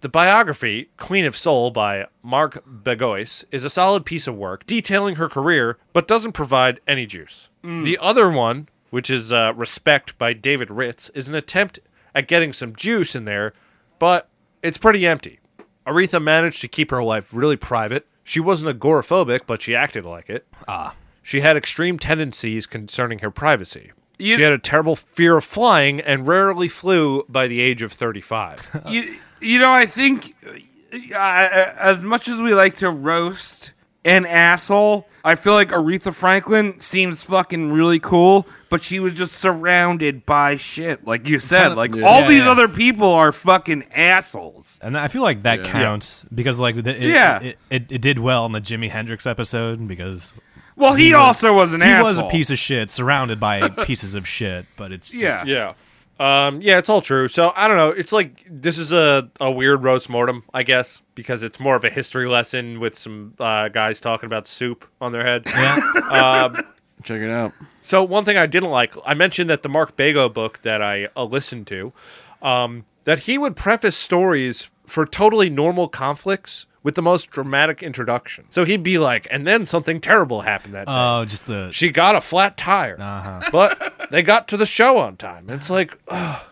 the biography, Queen of Soul by Mark Begois, is a solid piece of work detailing her career, but doesn't provide any juice.
Mm.
The other one, which is uh, Respect by David Ritz, is an attempt at getting some juice in there, but it's pretty empty. Aretha managed to keep her life really private. She wasn't agoraphobic, but she acted like it. Ah. She had extreme tendencies concerning her privacy. she had a terrible fear of flying and rarely flew by the age of 35.
you, you know, I think uh, I- as much as we like to roast an asshole, I feel like Aretha Franklin seems fucking really cool, but she was just surrounded by shit, like you said.
Kinda-
like
Yeah.
all
Yeah,
these
yeah.
other people are fucking assholes.
And I feel like that
Yeah.
counts because, like, the, it,
Yeah.
it, it, it did well in the Jimi Hendrix episode because.
Well, he also was an
he was a
asshole.
piece of shit, surrounded by pieces of shit. But it's just,
yeah, um, yeah. It's all true. So I don't know. It's like this is a, a weird roast mortem, I guess, because it's more of a history lesson with some uh, guys talking about soup on their head. Yeah.
Check it out.
So one thing I didn't like, I mentioned that the Mark Bago book that I uh, listened to, um, that he would preface stories for totally normal conflicts with the most dramatic introduction. So he'd be like, and then something terrible happened that day.
Oh, just the
She got a flat tire, but they got to the show on time. It's like, ugh,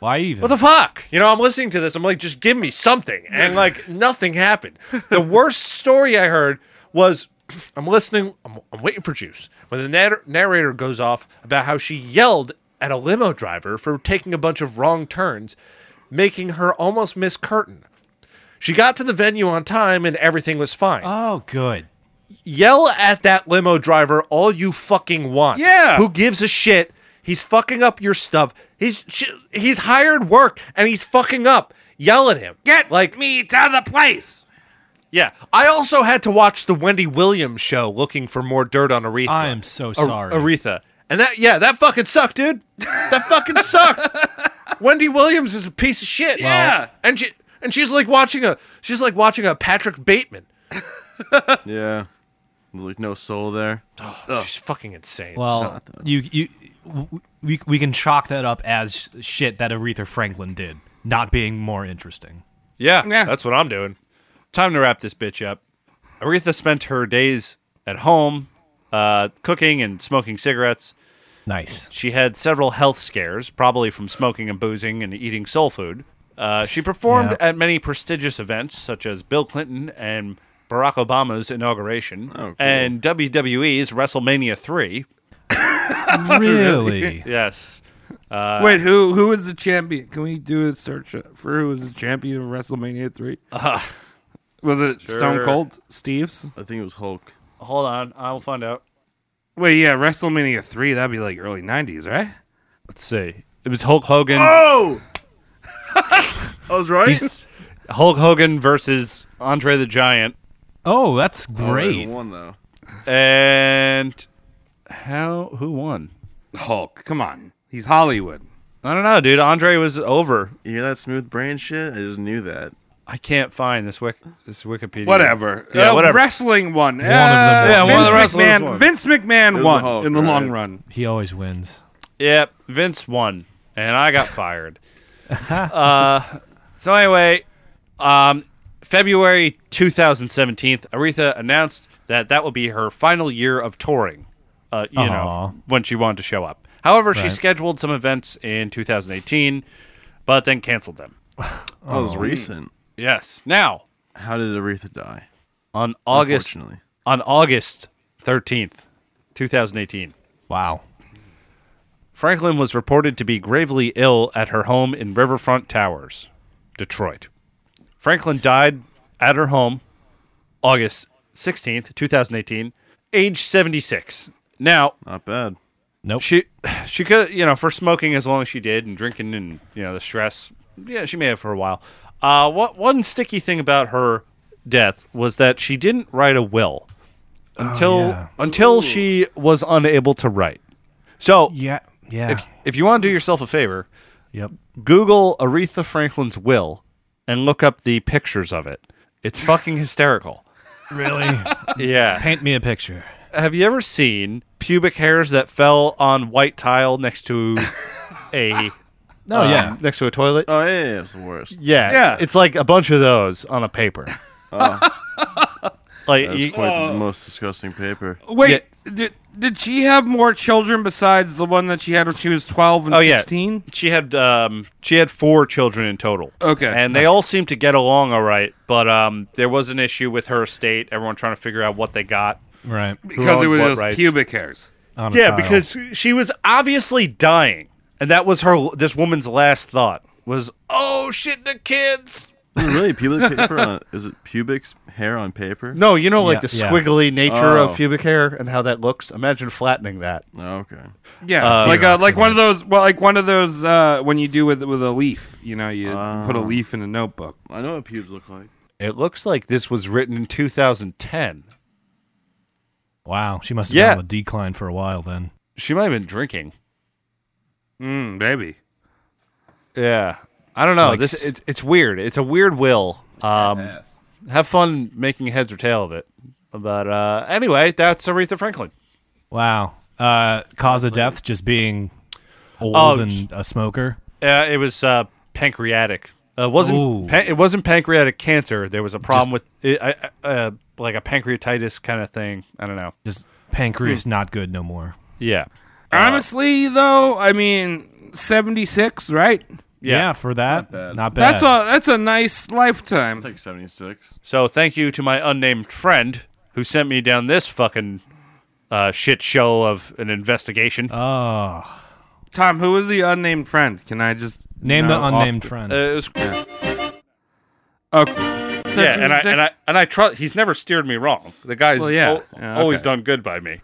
why even?
What the fuck? You know, I'm listening to this. I'm like, just give me something, and like nothing happened. The worst story I heard was, I'm listening. I'm, I'm waiting for juice. When the narr- narrator goes off about how she yelled at a limo driver for taking a bunch of wrong turns, making her almost miss curtain. She got to the venue on time, and everything was fine.
Oh, good.
Yell at that limo driver all you fucking want.
Yeah.
Who gives a shit? He's fucking up your stuff. He's sh- he's hired work and he's fucking up. Yell at him.
Get
like
me to the place.
Yeah. I also had to watch the Wendy Williams show looking for more dirt on Aretha. I am
so
sorry.
Aretha. And that yeah, that fucking sucked, dude. That fucking sucked. Wendy Williams is a piece of shit.
Yeah.
And she and she's like watching a she's like watching a Patrick Bateman.
yeah. There's like no soul there.
she's fucking insane.
Well, you you w- we we can chalk that up as shit that Aretha Franklin did, not being more interesting.
Yeah, that's what I'm doing. Time to wrap this bitch up. Aretha spent her days at home, uh, cooking and smoking cigarettes.
Nice.
She had several health scares, probably from smoking and boozing and eating soul food. Uh, she performed
Yeah.
at many prestigious events, such as Bill Clinton and Barack Obama's inauguration and WWE's WrestleMania 3.
Really?
yes. Uh,
Wait, who who is the champion? Can we do a search for who was the champion of WrestleMania three?
Uh-huh.
was it Stone
sure.
Cold Steve's?
I think it was Hulk.
Hold on, I'll find out.
Wait, yeah, WrestleMania three. That'd be like early nineties, right?
Let's see. It was Hulk Hogan.
Oh, I was right.
Hulk Hogan versus Andre the Giant.
Oh, that's
Already won though.
And how? Who won?
Hulk. Come on, he's Hollywood.
I don't know, dude. Andre was over.
You hear that smooth brain shit? I just knew that.
I can't find this wik- this Wikipedia.
Whatever.
Yeah,
Uh,
whatever.
Wrestling one.
One of them
Yeah,
won. Yeah, one of the
Vince
wrestlers
McMahon.
won.
Vince
It
McMahon
was
won
the Hulk,
in the
right?
long run.
He always wins.
Yep, Vince won, and I got fired. uh, so anyway, um, February 2017, Aretha announced that that will be her final year of touring. uh, you
Aw.
know, when she wanted to show up. However, she
Right.
scheduled some events in 2018, but then canceled them.
That was recent.
Yes. Now,
how did Aretha die?
On August
Unfortunately.
on August 13th, 2018.
Wow.
Franklin was reported to be gravely ill at her home in Riverfront Towers, Detroit. Franklin died at her home August 16th, 2018, age 76. Now,
not bad.
Nope.
She she could, you know, for smoking as long as she did and drinking and, you know, the stress. Yeah, she may have for a while. Uh what one sticky thing about her death was that she didn't write a will until
Oh, yeah.
until she was unable to write. So,
yeah, yeah.
If, if you want to do yourself a favor,
Yep.
Google Aretha Franklin's will and look up the pictures of it. It's fucking hysterical.
Really?
yeah.
Paint me a picture.
Have you ever seen pubic hairs that fell on white tile next to a
No,
um,
Oh, yeah.
next to a toilet?
Oh yeah, yeah, it's the worst.
Yeah.
yeah.
It's like a bunch of those on a paper. like
Oh. That's
you-
quite the most disgusting paper.
Wait, did, did she have more children besides the one that she had when she was 12 and
Oh
16?
yeah, she had um, she had four children in total.
Okay.
and they
Nice.
all seemed to get along all right, but um, there was an issue with her estate. Everyone trying to figure out what they got,
Right.
Who
Because it
owned
was
what
just
rights.
pubic hairs.
On a
Yeah,
tile.
because she was obviously dying, and that was her this woman's last thought was, "Oh shit, the kids."
Is it really pubic paper on is it pubic hair on paper?
No, you know, like the squiggly nature
Oh.
of pubic hair and how that looks. Imagine flattening that.
Okay.
Yeah,
Uh,
it's like
Xerox
a, like one of those well like one of those uh, when you do with with a leaf, you know, you
Ah.
put a leaf in a notebook.
I know what pubes look like.
It looks like this was written in 2010.
Wow, she must have
Yeah.
been on a decline for a while then.
She might have been drinking. Hmm,
Mm, baby.
Yeah, I don't know.
Like
this
s-
it's, it's weird. It's a weird will. Um, have fun making heads or tail of it. But uh, anyway, that's Aretha Franklin.
Wow. Uh, cause of death just being old
Oh,
and a smoker.
Uh, it was uh, pancreatic. Uh, wasn't
Ooh.
pan- it wasn't pancreatic cancer? There was a problem with uh, uh, uh, like a pancreatitis kind of thing. I don't know.
Just
Hmm.
Pancreas not good no more.
Yeah.
Honestly though, I mean 76, right?
Yeah,
Yeah.
for that, not bad.
That's a that's a nice lifetime.
Like seventy six.
So thank you to my unnamed friend who sent me down this fucking uh, shit show of an investigation.
Oh.
Tom, who is the unnamed friend? Can I just
Name the
know off
unnamed friend.
Uh, it was-
Okay. So
yeah,
she
and
was
I,
dick-
and I and I trust. He's never steered me wrong. The guy's
Well, yeah.
al-
Yeah,
always
okay.
done good by me.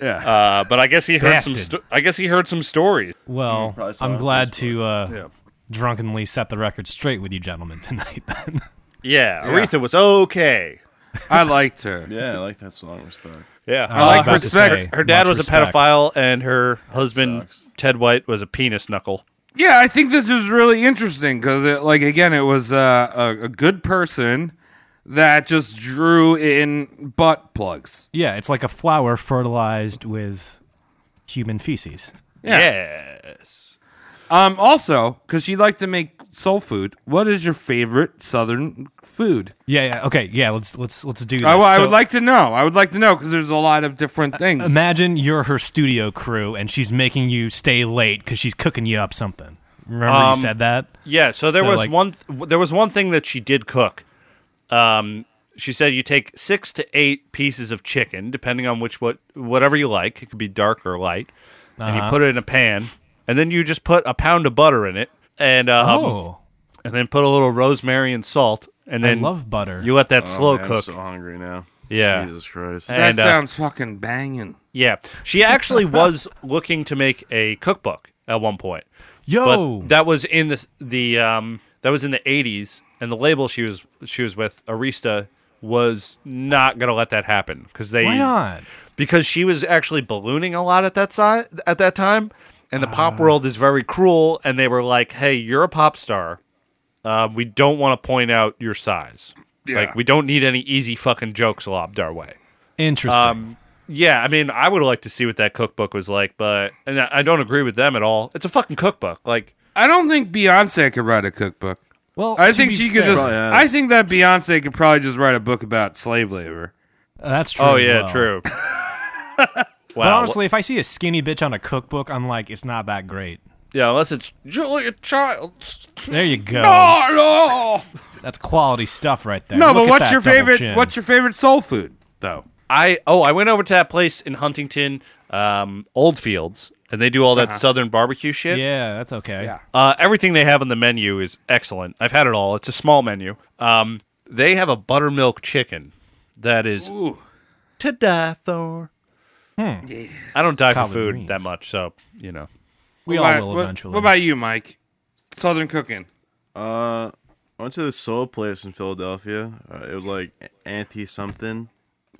Yeah.
Uh, but I guess he heard some.
Bastard.
Sto- I guess he heard some stories.
Well,
probably saw it
I'm
on
glad to uh,
Yeah.
drunkenly set the record straight with you gentlemen tonight. Then.
Yeah,
Yeah.
Aretha was okay.
I liked her.
Yeah, I like that song respect.
Yeah, Uh,
I was about to say,
Her, her dad
much
was
respect.
a pedophile, and her husband Ted White was a penis knuckle.
Yeah, I think this is really interesting because, it, like, again, it was uh, a, a good person that just drew in butt plugs.
Yeah, it's like a flower fertilized with human feces.
Yes.
Um. Also, because she liked to make soul food. What is your favorite Southern food?
Yeah, yeah. Okay, yeah. Let's let's let's do. This.
I, I
So,
would like to know. I would like to know because there's a lot of different things.
Imagine you're her studio crew, and she's making you stay late because she's cooking you up something. Remember
Um,
you said that?
Yeah, so there
So,
was
like-
one. There was one thing that she did cook. Um, she said you take six to eight pieces of chicken, depending on which what whatever you like. It could be dark or light, and you
Uh-huh.
put it in a pan, and then you just put a pound of butter in it, and um,
Oh.
and then put a little rosemary and salt, and
I
then
love butter.
You let that
Oh,
slow
man, I'm
cook.
so hungry now.
Yeah.
Jesus Christ.
that
and, uh,
sounds fucking banging.
Yeah, she actually was looking to make a cookbook at one point.
Yo.
but that was in the the um that was in the eighties, and the label she was she was with Arista was not gonna let that happen because they
Why not?
because she was actually ballooning a lot at that si- at that time, and the
Ah.
pop world is very cruel, and they were like, hey, you're a pop star. Uh, we don't want to point out your size.
Yeah.
Like we don't need any easy fucking jokes lobbed our way.
Interesting.
Um, yeah, I mean, I would like to see what that cookbook was like, but and I I don't agree with them at all. It's a fucking cookbook. Like,
I don't think Beyonce could write a cookbook.
well,
I
to
think
be
she could
fair-
just.
Probably has.
I think that Beyonce could probably just write a book about slave labor.
Uh, that's true.
oh
as
yeah,
well.
true.
but
Wow.
honestly, if I see a skinny bitch on a cookbook, I'm like, it's not that great.
Yeah, unless it's Julia Childs.
There you go.
No, no.
That's quality stuff right there.
No,
Oh, Look
but
at
what's
that
your
double
favorite?
chin.
What's your favorite soul food though?
I oh, I went over to that place in Huntington, um, Old Fields, and they do all that
Uh-huh.
southern barbecue shit.
Yeah, that's okay.
Yeah. Uh, everything they have on the menu is excellent. I've had it all. It's a small menu. Um, they have a buttermilk chicken that is to die for.
Hmm.
I don't die
Collard
for food
greens.
that much, so you know.
What about- what- What about you, Mike? Southern cooking.
Uh, I went to this soul place in Philadelphia. Uh, it was like anti something.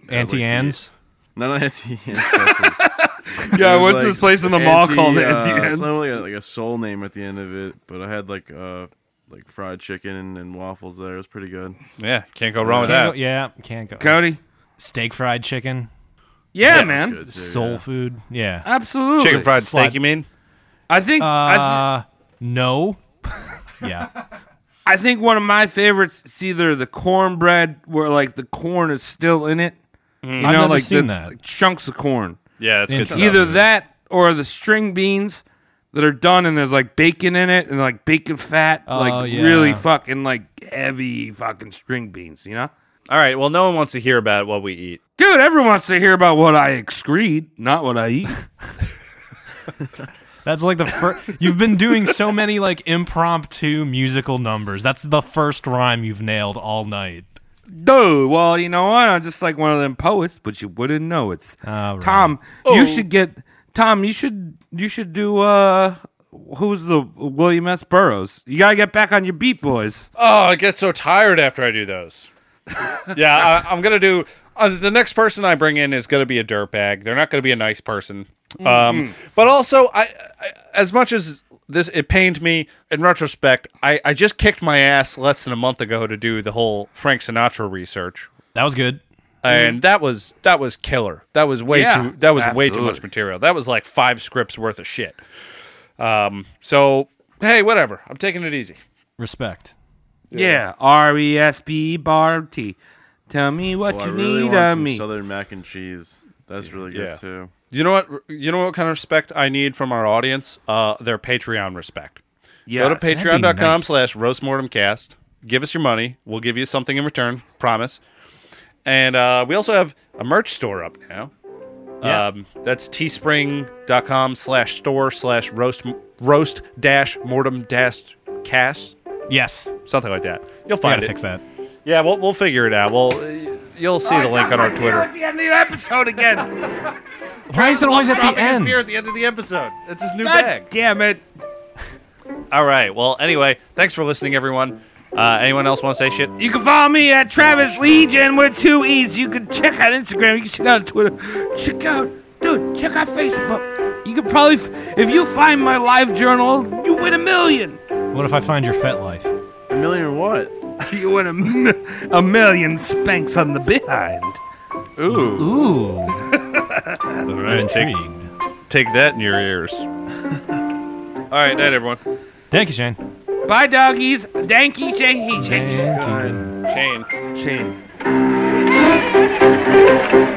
Auntie Anne's?
No, not Auntie Anne's. pretzels.
Yeah, I
It was
went to this place in the mall called
uh,
Auntie Anne's.
something Like a, like a soul name at the end of it, but I had like uh like fried chicken and, and waffles there. It was pretty good.
Yeah, can't go
Can't go- yeah, can't go.
Cody,
steak fried chicken.
Yeah, Yeah, man. that's good too,
Soul
yeah.
food. Yeah,
Absolutely. Chicken fried steak, you mean? I think-
Uh,
I
no. yeah.
I think one of my favorites is either the cornbread where like the corn is still in it. You
Mm.
know,
I've never
like
seen
that's,
that.
like, chunks of corn.
Yeah, that's good
It's
stuff.
Either that or the string beans that are done and there's like bacon in it and like bacon fat,
Oh,
like
yeah.
really fucking like heavy fucking string beans, you know?
All right. Well, no one wants to hear about what we eat.
Dude, everyone wants to hear about what I excrete, not what I eat.
That's like the first. you've been doing so many like impromptu musical numbers. That's the first rhyme you've nailed all night.
Dude, well, you know what? I'm just like one of them poets, but you wouldn't know it's Tom.
Oh.
You should get Tom. You should you should do uh, who's the William S. Burroughs? You gotta get back on your beat, boys.
Oh, I get so tired after I do those. yeah, I, I'm gonna do. Uh, the next person I bring in is gonna be a dirtbag. They're not gonna be a nice person. Um,
Mhm.
But also, I, I as much as this it pained me in retrospect, I, I just kicked my ass less than a month ago to do the whole Frank Sinatra research.
That was good,
and that was that was killer. That was way
Mm-hmm. Yeah,
too that was way too
absolutely.
much material. That was like five scripts worth of shit. Um, so hey, whatever. I'm taking it easy.
Respect.
Yeah, R E S P E bar T. Tell me what
Oh, I
you
really
need
want
of
some
me.
southern mac and cheese. That's really good
Yeah.
too.
You know what? You know what kind of respect I need from our audience? Uh, their Patreon respect. Go to
Yes. That'd be
patreon.com
nice.
slash roastmortemcast. Give us your money. We'll give you something in return. Promise. And uh, we also have a merch store up now.
Yeah.
Um, that's teespring.com slash store slash roast roast dash mortem dash cast.
Yes.
Something like that.
We
You'll find
gotta
it.
fix that.
Yeah, we'll, we'll figure it out. We'll, you'll see the link on our Twitter.
At Oh, the end of the episode again.
Why is it always at the
Dropping his
end?
beer at the end of the episode. It's his new
God
bag.
Damn it.
All right. Well, anyway, thanks for listening, everyone. Uh, anyone else want to say shit?
You can follow me at Travis Legion with two E's. You can check out Instagram. You can check out Twitter. Check out, dude, check out Facebook. You can probably, f- if you find my live journal, you win a million.
What if I find your fet life?
A million what? you win a, m- a million spanks on the behind.
Ooh. Ooh.
All right, take, take that in your ears. All right, night, everyone.
Thank you, Shane.
Bye, doggies. Danky, shanky, shanky.
Shane.
Shane.